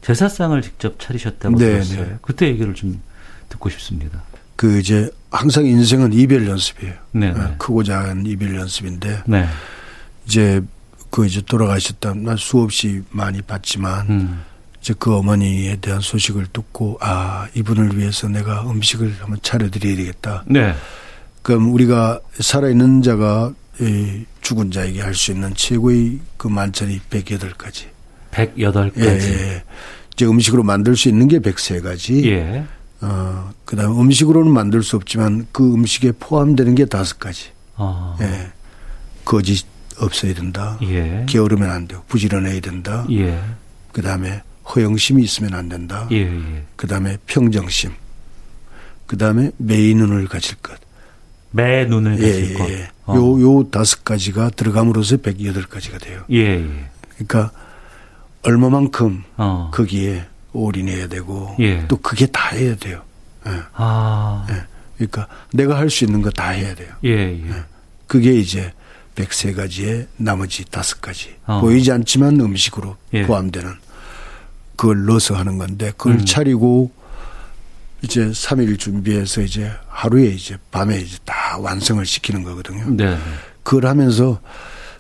S3: 제사상을 직접 차리셨다고
S4: 네,
S3: 들었어요.
S4: 네.
S3: 그때 얘기를 좀 듣고 싶습니다.
S4: 그 이제 항상 인생은 이별 연습이에요.
S3: 네,
S4: 어,
S3: 네.
S4: 크고 작은 이별 연습인데
S3: 네.
S4: 이제 그 이제 돌아가셨다. 난 수없이 많이 봤지만
S3: 음.
S4: 이제 그 어머니에 대한 소식을 듣고 아 이분을 위해서 내가 음식을 한번 차려드려야 되겠다.
S3: 네.
S4: 그럼 우리가 살아있는 자가 이 죽은 자에게 할 수 있는 최고의 그 만찬이 108가지.
S3: 108가지.
S4: 예, 예. 이제 음식으로 만들 수 있는 게 103가지.
S3: 예.
S4: 어, 그다음 음식으로는 만들 수 없지만 그 음식에 포함되는 게 다섯 가지.
S3: 어.
S4: 예. 거짓 없어야 된다.
S3: 예.
S4: 게으르면 안 돼요. 부지런해야 된다.
S3: 예.
S4: 그다음에 허영심이 있으면 안 된다.
S3: 예, 예.
S4: 그다음에 평정심. 그다음에 매의 눈을 가질 것.
S3: 매 눈을
S4: 예,
S3: 가질
S4: 예,
S3: 것.
S4: 예.
S3: 어.
S4: 요, 요 다섯 가지가 들어감으로써 108가지가 돼요.
S3: 예, 예.
S4: 그러니까 얼마만큼
S3: 어.
S4: 거기에 올인해야 되고
S3: 예.
S4: 또 그게 다 해야 돼요. 예.
S3: 아.
S4: 예. 그러니까 내가 할 수 있는 거 다 해야 돼요.
S3: 예, 예.
S4: 그게 이제 103가지의 나머지 다섯 가지
S3: 어.
S4: 보이지 않지만 음식으로
S3: 예.
S4: 포함되는 그걸 넣어서 하는 건데 그걸
S3: 음.
S4: 차리고 이제 3일 준비해서 이제 하루에 이제 밤에 이제 다 완성을 시키는 거거든요.
S3: 네.
S4: 그걸 하면서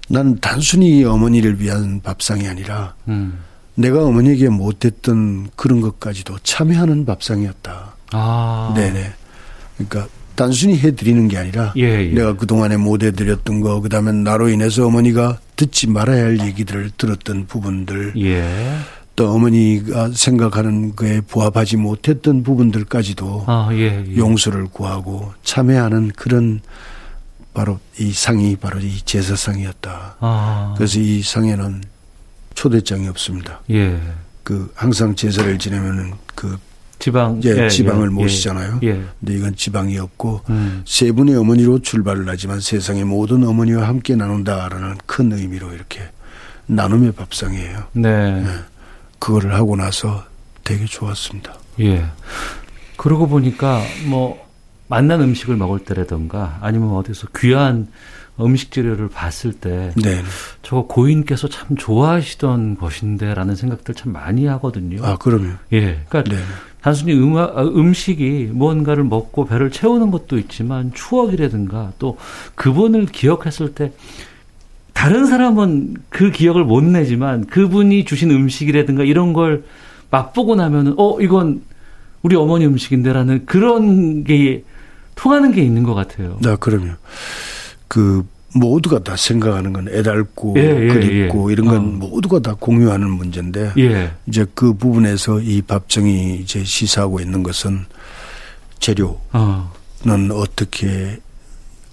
S4: 나는 단순히 이 어머니를 위한 밥상이 아니라
S3: 음.
S10: 내가 어머니에게 못했던 그런 것까지도 참여하는 밥상이었다.
S3: 아.
S10: 네네. 그러니까 단순히 해드리는 게 아니라
S3: 예, 예.
S10: 내가 그동안에 못 해드렸던 거 그다음에 나로 인해서 어머니가 듣지 말아야 할 얘기들을 들었던 부분들
S3: 예.
S10: 또 어머니가 생각하는 그에 부합하지 못했던 부분들까지도
S3: 아, 예, 예.
S10: 용서를 구하고 참여하는 그런 바로 이 상이 바로 이 제사상이었다.
S3: 아.
S10: 그래서 이 상에는 초대장이 없습니다.
S3: 예.
S10: 그 항상 제사를 지내면은 그
S3: 지방
S10: 이제
S3: 예,
S10: 지방을
S3: 예,
S10: 모시잖아요.
S3: 예, 예.
S10: 근데 이건 지방이 없고
S3: 음.
S10: 세 분의 어머니로 출발을 하지만 세상의 모든 어머니와 함께 나눈다라는 큰 의미로 이렇게 나눔의 밥상이에요.
S3: 네.
S10: 그거를 하고 나서 되게 좋았습니다.
S3: 예. 그러고 보니까 뭐 만난 음식을 먹을 때라던가 아니면 어디서 귀한 음식 재료를 봤을 때
S10: 네.
S3: 저거 고인께서 참 좋아하시던 것인데라는 생각들 참 많이 하거든요.
S10: 아, 그러면
S3: 예. 그러니까
S10: 네.
S3: 단순히 음, 음식이 무언가를 먹고 배를 채우는 것도 있지만 추억이라든가 또 그분을 기억했을 때 다른 사람은 그 기억을 못 내지만 그분이 주신 음식이라든가 이런 걸 맛보고 나면은 어 이건 우리 어머니 음식인데라는 그런 게 통하는 게 있는 것 같아요.
S10: 나 그러면 그 모두가 다 생각하는 건 애달고
S3: 예, 예,
S10: 그립고
S3: 예.
S10: 이런 건
S3: 어.
S10: 모두가 다 공유하는 문제인데
S3: 예.
S10: 이제 그 부분에서 이 밥정이 이제 시사하고 있는 것은 재료
S3: 어.
S10: 는 어떻게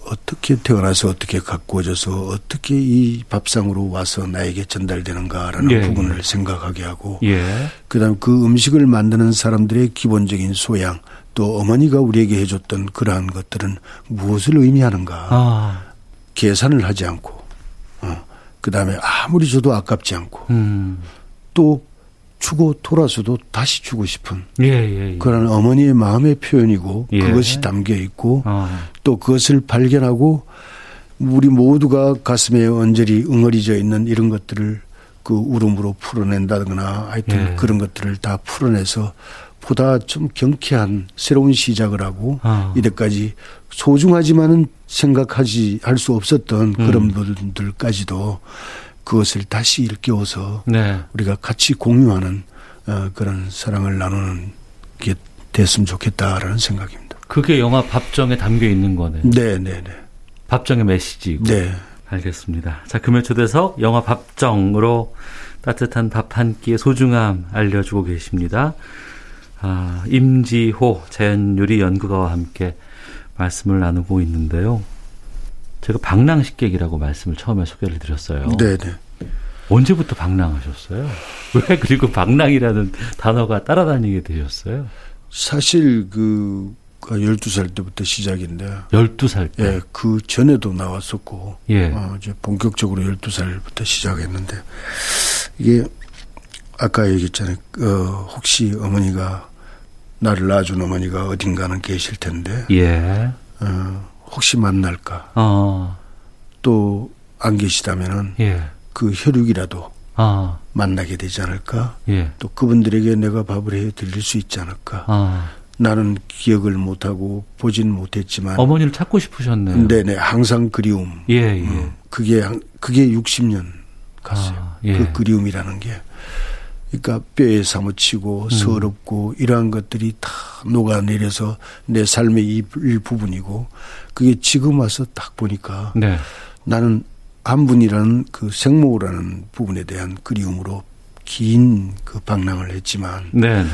S10: 어떻게 태어나서 어떻게 가꾸어져서 어떻게 이 밥상으로 와서 나에게 전달되는가라는
S3: 예,
S10: 부분을 생각하게 하고
S3: 예.
S10: 그다음 그 음식을 만드는 사람들의 기본적인 소양 또 어머니가 우리에게 해줬던 그러한 것들은 무엇을 의미하는가
S3: 아.
S10: 계산을 하지 않고 어, 그다음에 아무리 줘도 아깝지 않고
S3: 음.
S10: 또 주고 돌아서도 다시 주고 싶은
S3: 예, 예. 예.
S10: 그런 어머니의 마음의 표현이고
S3: 예.
S10: 그것이 담겨 있고
S3: 어.
S10: 또 그것을 발견하고 우리 모두가 가슴에 언저리 응어리져 있는 이런 것들을 그 울음으로 풀어낸다거나 하여튼
S3: 예.
S10: 그런 것들을 다 풀어내서 보다 좀 경쾌한 새로운 시작을 하고
S3: 아.
S10: 이때까지 소중하지만은 생각하지 할 수 없었던 그런 분들까지도 그것을 다시 일깨워서
S3: 네.
S10: 우리가 같이 공유하는 어, 그런 사랑을 나누는 게 됐으면 좋겠다라는 생각입니다.
S3: 그게 영화 밥정에 담겨 있는 거네. 요
S10: 네, 네, 네.
S3: 밥정의 메시지고.
S10: 네.
S3: 알겠습니다. 자, 금요 초대석 영화 밥정으로 따뜻한 밥 한 끼의 소중함 알려주고 계십니다. 아, 임지호 자연요리 연구가와 함께 말씀을 나누고 있는데요. 제가 방랑식객이라고 말씀을 처음에 소개를 드렸어요.
S10: 네, 네.
S3: 언제부터 방랑하셨어요? 왜 그리고 방랑이라는 단어가 따라다니게 되셨어요?
S10: 사실 그 12살 때부터 시작인데
S3: 12살 때.
S10: 예, 그 전에도 나왔었고
S3: 예.
S10: 어, 이제 본격적으로 12살부터 시작했는데 이게 아까 얘기했잖아요. 어, 혹시 어머니가 나를 낳아준 어머니가 어딘가는 계실 텐데
S3: 예.
S10: 어, 혹시 만날까
S3: 어,
S10: 또 안 계시다면은
S3: 예.
S10: 그 혈육이라도
S3: 아,
S10: 만나게 되지 않을까
S3: 예.
S10: 또 그분들에게 내가 밥을 해 드릴 수 있지 않을까
S3: 아.
S10: 나는 기억을 못하고 보진 못했지만
S3: 어머니를 찾고 싶으셨네요.
S10: 네네 항상 그리움
S3: 예, 예.
S10: 음, 그게 한- 그게 60년 갔어요
S3: 아, 예.
S10: 그 그리움이라는 게 그러니까 뼈에 사무치고
S3: 음.
S10: 서럽고 이러한 것들이 다 녹아내려서 내 삶의 이- 일부분이고 그게 지금 와서 딱 보니까
S3: 네.
S10: 나는 한 분이라는 그 생모라는 부분에 대한 그리움으로 긴 그 방랑을 했지만
S3: 네. 네.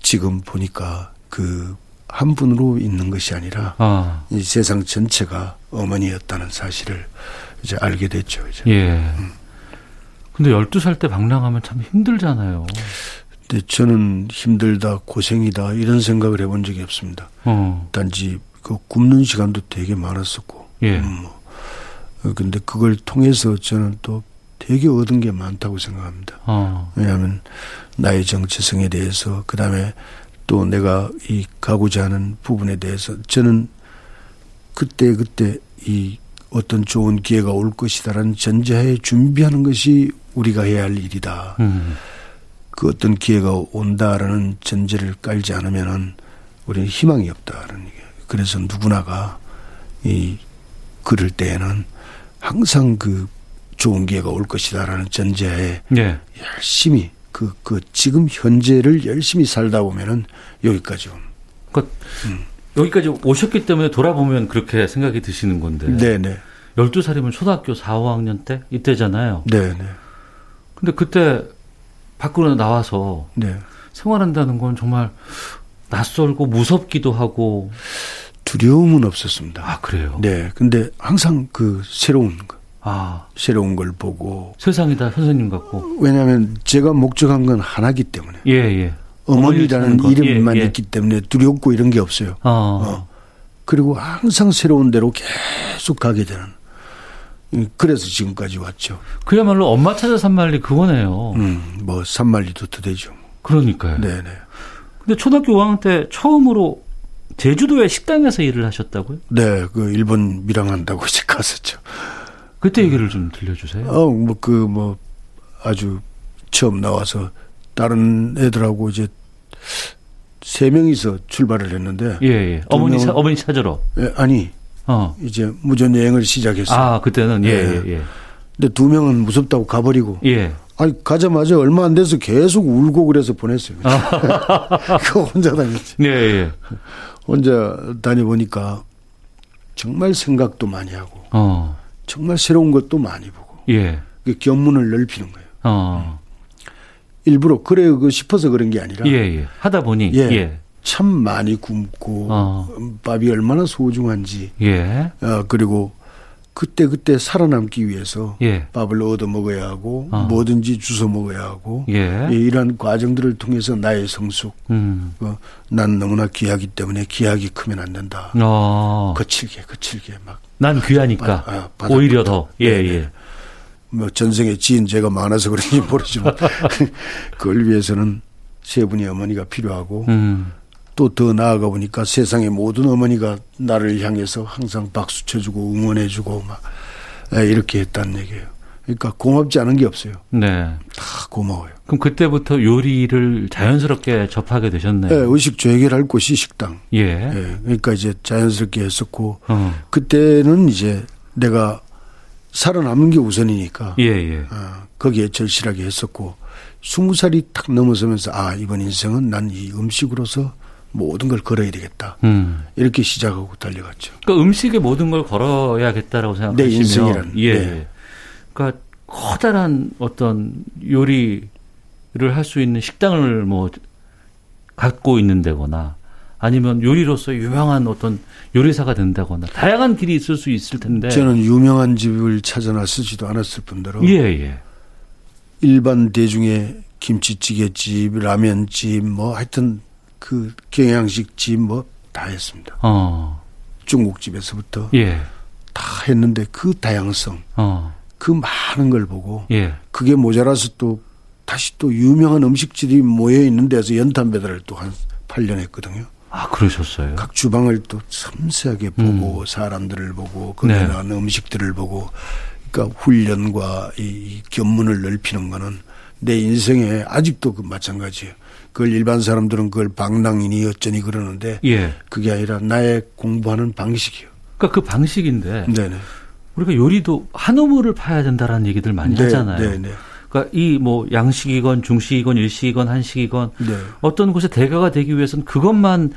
S10: 지금 보니까 그 한 분으로 있는 것이 아니라
S3: 아,
S10: 이 세상 전체가 어머니였다는 사실을 이제 알게 됐죠. 이제.
S3: 예. 근데 12살 때 방랑하면 참 힘들잖아요.
S10: 근데 저는 힘들다, 고생이다 이런 생각을 해본 적이 없습니다.
S3: 어.
S10: 단지 그 굶는 시간도 되게 많았었고.
S3: 예.
S10: 뭐. 어, 근데 그걸 통해서 저는 또 되게 얻은 게 많다고 생각합니다.
S3: 어.
S10: 왜냐하면 나의 정체성에 대해서 그다음에 또 내가 이 가고자 하는 부분에 대해서 저는 그때 그때 이 어떤 좋은 기회가 올 것이다라는 전제하에 준비하는 것이 우리가 해야 할 일이다.
S3: 음.
S10: 그 어떤 기회가 온다라는 전제를 깔지 않으면은 우리는 희망이 없다라는 얘기예요. 그래서 누구나가 이 그럴 때에는 항상 그 좋은 기회가 올 것이다라는 전제하에
S3: 예.
S10: 열심히 그, 그 지금 현재를 열심히 살다 보면은 여기까지 온.
S3: 그러니까 음. 여기까지 오셨기 때문에 돌아보면 그렇게 생각이 드시는 건데.
S10: 네네.
S3: 12살이면 초등학교 4, 5학년 때? 이때잖아요.
S10: 네네.
S3: 근데 그때 밖으로 나와서
S10: 네.
S3: 생활한다는 건 정말 낯설고 무섭기도 하고
S10: 두려움은 없었습니다.
S3: 아 그래요.
S10: 네, 근데 항상 그 새로운 거,
S3: 아
S10: 새로운 걸 보고
S3: 세상이 다 선생님 같고
S10: 왜냐하면 제가 목적한 건 하나기 때문에
S3: 예 예.
S10: 어머니라는
S3: 어머니
S10: 이름만
S3: 예, 예.
S10: 있기 때문에 두렵고 이런 게 없어요.
S3: 아
S10: 어. 그리고 항상 새로운 데로 계속 가게 되는. 음, 그래서 지금까지 왔죠.
S3: 그야말로 엄마 찾아 산말리 그거네요.
S10: 음, 뭐 산말리도 더 되죠.
S3: 그러니까요.
S10: 네, 네,
S3: 근데 초등학교 5학년 때 처음으로 제주도의 식당에서 일을 하셨다고요?
S10: 네. 그 일본 밀항한다고 *laughs* 이제 갔었죠.
S3: 그때 얘기를 좀 들려주세요.
S10: 음. 어, 뭐, 그, 뭐, 아주 처음 나와서 다른 애들하고 이제 세 명이서 출발을 했는데.
S3: 예, 예.
S10: 두
S3: 어머니
S10: 명은-
S3: 차- 어머니 찾으러.
S10: 예, 아니,
S3: 어.
S10: 이제 무전 여행을 시작했어요.
S3: 아 그때는 예
S10: 예.
S3: 예 예.
S10: 근데 두 명은 무섭다고 가버리고.
S3: 예.
S10: 아니, 가자마자 얼마 안 돼서 계속 울고 그래서 보냈어요.
S3: 아.
S10: *laughs* 그거 혼자 다녔지.
S3: 예, 예.
S10: 혼자 다녀보니까 정말 생각도 많이 하고,
S3: 어.
S10: 정말 새로운 것도 많이 보고,
S3: 예.
S10: 그 견문을 넓히는 거예요.
S3: 어.
S10: 일부러 그러고 싶어서 그런 게 아니라
S3: 예, 예. 하다 보니
S10: 네. 예.
S3: 예.
S10: 참 많이 굶고
S3: 어.
S10: 밥이 얼마나 소중한지
S3: 예.
S10: 어, 그리고 그때 그때 살아남기 위해서
S3: 예.
S10: 밥을 얻어 먹어야 하고
S3: 어.
S10: 뭐든지 주워 먹어야 하고
S3: 예.
S10: 예, 이런 과정들을 통해서 나의 성숙
S3: 음.
S10: 어, 난 너무나 귀하기 때문에 기약이 크면 안 된다
S3: 어.
S10: 거칠게 거칠게 막
S3: 난 귀하니까
S10: 바- 아, 바닥부터.
S3: 오히려 더. 예,
S10: 네,
S3: 예.
S10: 뭐 전생에 지은 죄가 많아서 그런지
S3: *laughs*
S10: 모르지만 *laughs* 그걸 위해서는 세 분의 어머니가 필요하고
S3: 음.
S10: 또 더 나아가 보니까 세상의 모든 어머니가 나를 향해서 항상 박수 쳐주고 응원해주고 막 에, 이렇게 했다는 얘기예요. 그러니까 고맙지 않은 게 없어요.
S3: 네.
S10: 다 고마워요.
S3: 그럼 그때부터 요리를 자연스럽게 접하게 되셨네요.
S10: 예, 의식 재결할 곳이 식당.
S3: 예.
S10: 예, 그러니까 이제 자연스럽게 했었고
S3: 어.
S10: 그때는 이제 내가 살아남는 게 우선이니까
S3: 예, 예.
S10: 어, 거기에 절실하게 했었고 스무 살이 탁 넘어서면서 아 이번 인생은 난 이 음식으로서 모든 걸 걸어야 되겠다
S3: 음.
S10: 이렇게 시작하고 달려갔죠.
S3: 그러니까 음식에 모든 걸 걸어야겠다라고 생각하시면
S10: 네, 인생이란,
S3: 예.
S10: 네.
S3: 그러니까 커다란 어떤 요리를 할 수 있는 식당을 뭐 갖고 있는 데거나 아니면 요리로서 유명한 어떤 요리사가 된다거나 다양한 길이 있을 수 있을 텐데
S10: 저는 유명한 집을 찾아나 쓰지도 않았을 뿐더러
S3: 예, 예.
S10: 일반 대중의 김치찌개집, 라면집, 뭐 하여튼 그 경양식집 뭐 다 했습니다.
S3: 어.
S10: 중국집에서부터
S3: 예.
S10: 다 했는데 그 다양성,
S3: 어.
S10: 그 많은 걸 보고
S3: 예.
S10: 그게 모자라서 또 다시 또 유명한 음식집이 모여 있는 데서 연탄 배달을 또 한 8년 했거든요.
S3: 아, 그러셨어요.
S10: 각 주방을 또 섬세하게 보고 사람들을 보고 거기에
S3: 음. 네.
S10: 나오는 음식들을 보고 그러니까 훈련과 이, 이 견문을 넓히는 거는 내 인생에 아직도 그 마찬가지예요. 그걸 일반 사람들은 그걸 방랑이니 어쩌니 그러는데
S3: 예.
S10: 그게 아니라 나의 공부하는 방식이요.
S3: 그러니까 그 방식인데
S10: 네네.
S3: 우리가 요리도 한우물을 파야 된다라는 얘기들 많이
S10: 네,
S3: 하잖아요.
S10: 네네.
S3: 그러니까 이 뭐 양식이건 중식이건 일식이건 한식이건
S10: 네.
S3: 어떤 곳에 대가가 되기 위해서는 그것만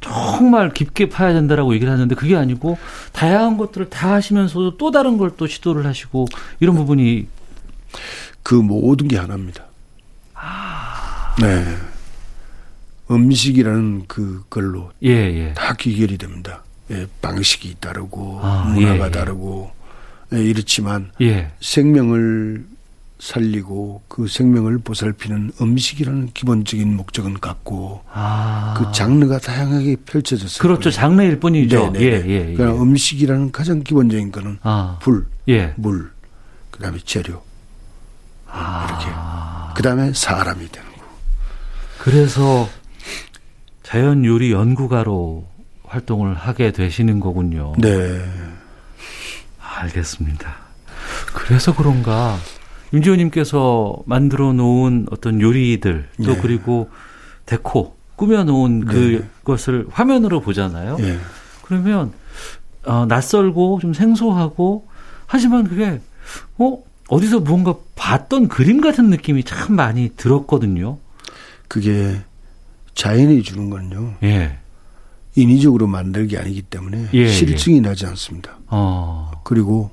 S3: 정말 깊게 파야 된다라고 얘기를 하는데 그게 아니고 다양한 것들을 다 하시면서도 또 다른 걸 또 시도를 하시고 이런 부분이
S10: 그 모든 게 하나입니다.
S3: 아.
S10: 네. 음식이라는 그걸로
S3: 예 예.
S10: 다 귀결이 됩니다. 예, 방식이 다르고
S3: 아,
S10: 문화가
S3: 예, 예.
S10: 다르고 예, 이렇지만
S3: 예.
S10: 생명을 살리고 그 생명을 보살피는 음식이라는 기본적인 목적은 같고
S3: 아.
S10: 그 장르가 다양하게 펼쳐졌어요.
S3: 그렇죠. 장르일 뿐이죠.
S10: 네,
S3: 예,
S10: 네,
S3: 예,
S10: 네.
S3: 예.
S10: 그러나 음식이라는 가장 기본적인 거는
S3: 아.
S10: 불,
S3: 예.
S10: 물, 그다음에 재료
S3: 아.
S10: 이렇게 그다음에 사람이 되는 거.
S3: 그래서 자연 요리 연구가로 활동을 하게 되시는 거군요.
S10: 네.
S3: 알겠습니다. 그래서 그런가 임지호님께서 만들어 놓은 어떤 요리들 또
S10: 네.
S3: 그리고 데코 꾸며 놓은 그것을 화면으로 보잖아요.
S10: 예.
S3: 그러면 어, 낯설고 좀 생소하고 하지만 그게 어 어디서 무언가 봤던 그림 같은 느낌이 참 많이 들었거든요.
S10: 그게 자연이 주는 건요.
S3: 예.
S10: 인위적으로 만들기 아니기 때문에
S3: 예,
S10: 실증이 나지 않습니다.
S3: 어.
S10: 그리고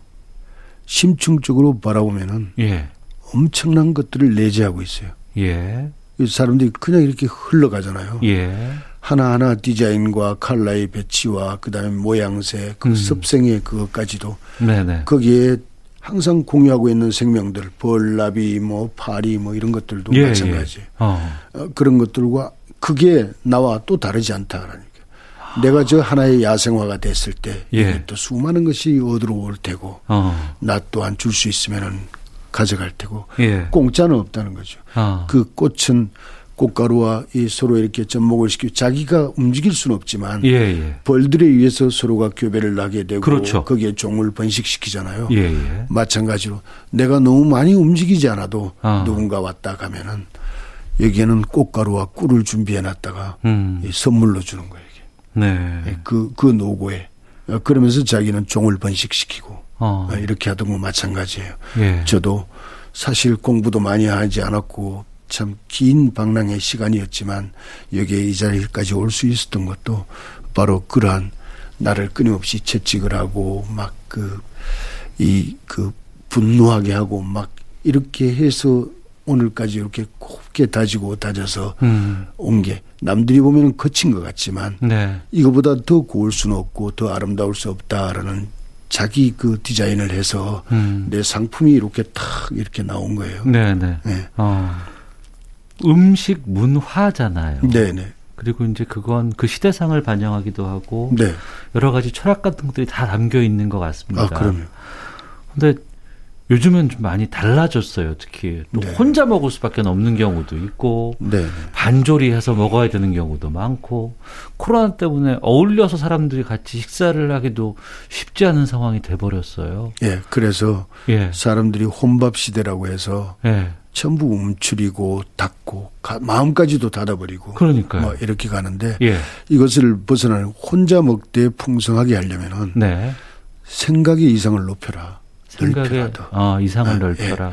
S10: 심층적으로 바라보면은
S3: 예.
S10: 엄청난 것들을 내재하고 있어요.
S3: 예.
S10: 이 사람들이 그냥 이렇게 흘러가잖아요.
S3: 예.
S10: 하나하나 디자인과 칼라의 배치와 그다음에 모양새, 그
S3: 음.
S10: 습생의 그것까지도
S3: 네네.
S10: 거기에 항상 공유하고 있는 생명들, 벌나비, 뭐 파리, 뭐 이런 것들도
S3: 예,
S10: 마찬가지.
S3: 예. 어.
S10: 어, 그런 것들과 그게 나와 또 다르지 않다라는 게. 내가 저 하나의 야생화가 됐을 때
S3: 예.
S10: 이게 또 수많은 것이 얻어올 테고
S3: 어.
S10: 나 또한 줄 수 있으면은 가져갈 테고
S3: 예.
S10: 공짜는 없다는 거죠.
S3: 아.
S10: 그 꽃은 꽃가루와 이 서로 이렇게 접목을 시키고 자기가 움직일 수는 없지만
S3: 예, 예.
S10: 벌들에 의해서 서로가 교배를 하게 되고
S3: 그렇죠.
S10: 거기에 종을 번식시키잖아요.
S3: 예, 예.
S10: 마찬가지로 내가 너무 많이 움직이지 않아도
S3: 아.
S10: 누군가 왔다 가면은 여기에는 꽃가루와 꿀을 준비해 놨다가
S3: 음.
S10: 이 선물로 주는 거예요. 이게.
S3: 네.
S10: 그, 그 노고에. 어, 그러면서 자기는 종을 번식시키고
S3: 어.
S10: 어, 이렇게 하던 거 마찬가지예요.
S3: 예.
S10: 저도 사실 공부도 많이 하지 않았고 참 긴 방랑의 시간이었지만 여기에 이 자리까지 올 수 있었던 것도 바로 그러한 나를 끊임없이 채찍을 하고 막 그 이 그 분노하게 하고 막 이렇게 해서 오늘까지 이렇게 곱게 다지고 다져서
S3: 음.
S10: 온 게 남들이 보면 거친 것 같지만
S3: 네.
S10: 이거보다 더 고울 수는 없고 더 아름다울 수 없다라는 자기 그 디자인을 해서
S3: 음.
S10: 내 상품이 이렇게 탁 이렇게 나온 거예요.
S3: 네, 네.
S10: 네.
S3: 어. 음식 문화잖아요.
S10: 네, 네.
S3: 그리고 이제 그건 그 시대상을 반영하기도 하고
S10: 네.
S3: 여러 가지 철학 같은 것들이 다 담겨 있는 것 같습니다.
S10: 아, 그럼요.
S3: 근데 요즘은 좀 많이 달라졌어요. 특히 또
S10: 네.
S3: 혼자 먹을 수밖에 없는 경우도 있고
S10: 네. 네.
S3: 반조리해서 먹어야 되는 경우도 많고 코로나 때문에 어울려서 사람들이 같이 식사를 하기도 쉽지 않은 상황이 돼 버렸어요.
S10: 예. 그래서
S3: 예.
S10: 사람들이 혼밥 시대라고 해서
S3: 예.
S10: 전부 움츠리고 닫고 가- 마음까지도 닫아버리고
S3: 그러니까요.
S10: 뭐 이렇게 가는데
S3: 예.
S10: 이것을 벗어나는 혼자 먹되 풍성하게 하려면은
S3: 네.
S10: 생각의 이상을 높여라.
S3: 생각에
S10: 넓혀라.
S3: 어, 이상을
S10: 아,
S3: 넓혀라.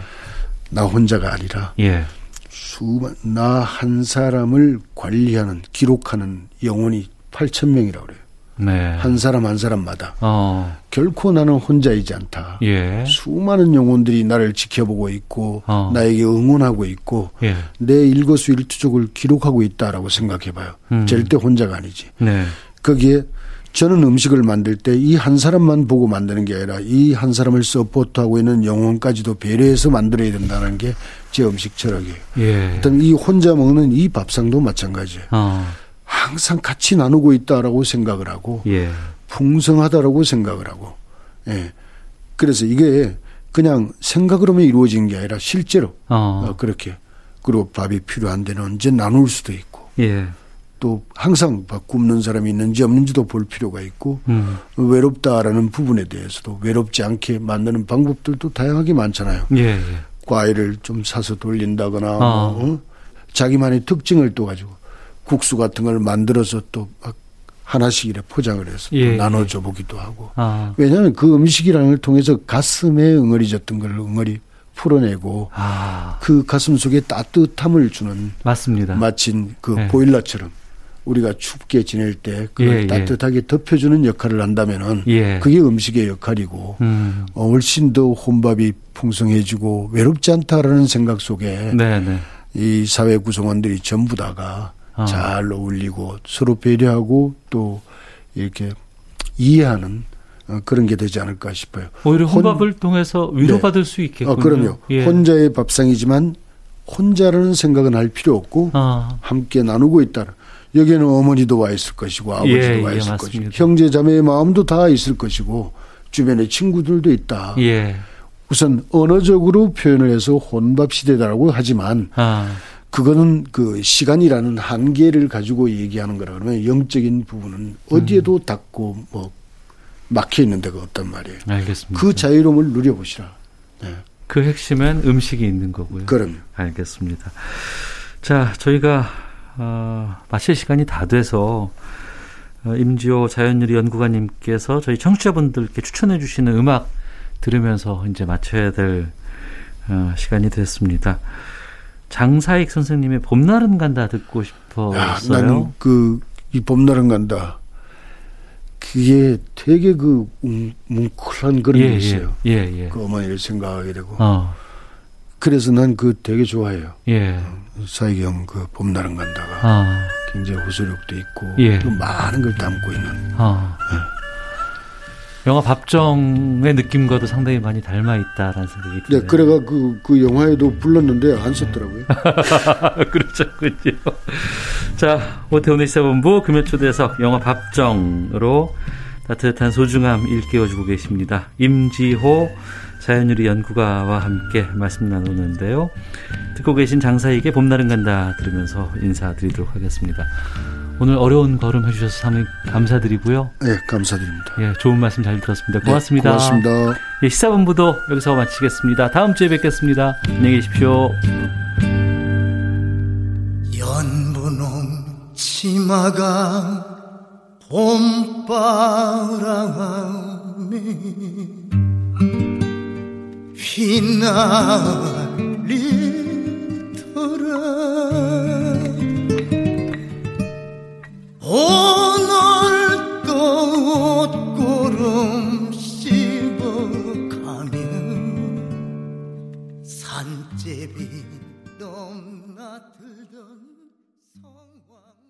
S10: 나 혼자가 아니라
S3: 예.
S10: 수만 나 한 사람을 관리하는 기록하는 영혼이 8천 명이라고 그래요.
S3: 네.
S10: 한 사람 한 사람마다
S3: 어.
S10: 결코 나는 혼자이지 않다.
S3: 예.
S10: 수많은 영혼들이 나를 지켜보고 있고
S3: 어.
S10: 나에게 응원하고 있고
S3: 예.
S10: 내 일거수일투족을 기록하고 있다라고 생각해봐요.
S3: 음.
S10: 절대 혼자가 아니지.
S3: 네.
S10: 거기에 저는 음식을 만들 때 이 한 사람만 보고 만드는 게 아니라 이 한 사람을 서포트하고 있는 영혼까지도 배려해서 만들어야 된다는 게 제 음식 철학이에요.
S3: 예.
S10: 어떤 이 혼자 먹는 이 밥상도 마찬가지예요.
S3: 어.
S10: 항상 같이 나누고 있다라고 생각을 하고
S3: 예.
S10: 풍성하다라고 생각을 하고 예. 그래서 이게 그냥 생각으로만 이루어진 게 아니라 실제로
S3: 어.
S10: 어, 그렇게 그리고 밥이 필요한 데는 언제 나눌 수도 있고
S3: 예.
S10: 또 항상 밥 굶는 사람이 있는지 없는지도 볼 필요가 있고
S3: 음.
S10: 외롭다라는 부분에 대해서도 외롭지 않게 만드는 방법들도 다양하게 많잖아요.
S3: 예. 예.
S10: 과일을 좀 사서 돌린다거나 뭐,
S3: 어.
S10: 어? 자기만의 특징을 또 가지고 국수 같은 걸 만들어서 또 막 하나씩 이렇게 포장을 해서 또
S3: 예,
S10: 나눠줘 보기도 하고
S3: 아.
S10: 왜냐하면 그 음식이라는 걸 통해서 가슴에 응어리졌던 걸 응어리 풀어내고
S3: 아.
S10: 그 가슴 속에 따뜻함을 주는
S3: 맞습니다.
S10: 마침 그
S3: 예.
S10: 보일러처럼 우리가 춥게 지낼 때
S3: 예,
S10: 그걸
S3: 예.
S10: 따뜻하게 덮여주는 역할을 한다면은
S3: 예.
S10: 그게 음식의 역할이고
S3: 음.
S10: 어, 훨씬 더 혼밥이 풍성해지고 외롭지 않다라는 생각 속에
S3: 네, 네.
S10: 이 사회 구성원들이 전부 다가
S3: 아.
S10: 잘 어울리고 서로 배려하고 또 이렇게 이해하는 어, 그런 게 되지 않을까 싶어요.
S3: 오히려
S10: 혼-
S3: 혼밥을 통해서 위로받을 수 있겠군요.
S10: 어, 그럼요.
S3: 예.
S10: 혼자의 밥상이지만 혼자라는 생각은 할 필요 없고
S3: 아.
S10: 함께 나누고 있다. 여기에는 어머니도 와 있을 것이고 아버지도
S3: 예,
S10: 와
S3: 예,
S10: 있을
S3: 맞습니다.
S10: 것이고 형제 자매의 마음도 다 있을 것이고 주변의 친구들도 있다.
S3: 예.
S10: 우선 언어적으로 표현을 해서 혼밥 시대다라고 하지만
S3: 아.
S10: 그거는 그 시간이라는 한계를 가지고 얘기하는 거라 그러면 영적인 부분은 어디에도
S3: 음.
S10: 닿고 뭐 막혀 있는 데가 없단 말이에요.
S3: 알겠습니다.
S10: 그 자유로움을 누려보시라. 네.
S3: 그 핵심엔 음식이 있는 거고요.
S10: 그럼요.
S3: 알겠습니다. 자, 저희가 어, 마칠 시간이 다 돼서 어, 임지호 자연유리 연구가님께서 저희 청취자분들께 추천해 주시는 음악 들으면서 이제 마쳐야 될 어, 시간이 됐습니다. 장사익 선생님의 봄날은 간다 듣고 싶었어요.
S10: 나는 그이 봄날은 간다. 그게 되게 그 웅- 뭉클한 그런
S3: 예,
S10: 게 있어요.
S3: 예, 예, 예.
S10: 그 어머니를 생각하게 되고.
S3: 어.
S10: 그래서 난 그 되게 좋아해요.
S3: 예.
S10: 사이경 그 봄날은 간다가
S3: 아.
S10: 굉장히 호소력도 있고
S3: 예.
S10: 또 많은 걸 담고 있는.
S3: 어. 영화 밥정의 느낌과도 상당히 많이 닮아 있다라는 생각이
S10: 네,
S3: 드네요.
S10: 그래가 그, 그 영화에도 불렀는데 안 썼더라고요.
S3: 아, 그렇군요. 자, 오태훈의 시사본부 금요 초대석 영화 밥정으로 따뜻한 소중함 일깨워주고 계십니다. 임지호 자연유리 연구가와 함께 말씀 나누는데요. 듣고 계신 장사에게 봄날은 간다 들으면서 인사드리도록 하겠습니다. 오늘 어려운 걸음 해주셔서 상당히 감사드리고요.
S10: 네, 감사드립니다.
S3: 예, 좋은 말씀 잘 들었습니다.
S10: 네,
S3: 고맙습니다.
S10: 고맙습니다.
S3: 예, 시사본부도 여기서 마치겠습니다. 다음 주에 뵙겠습니다. 안녕히 계십시오.
S6: 연분홍 치마가 봄바람에 휘날리더라 오늘도 옷고름 씹어가며 산제비 넘나들던 성황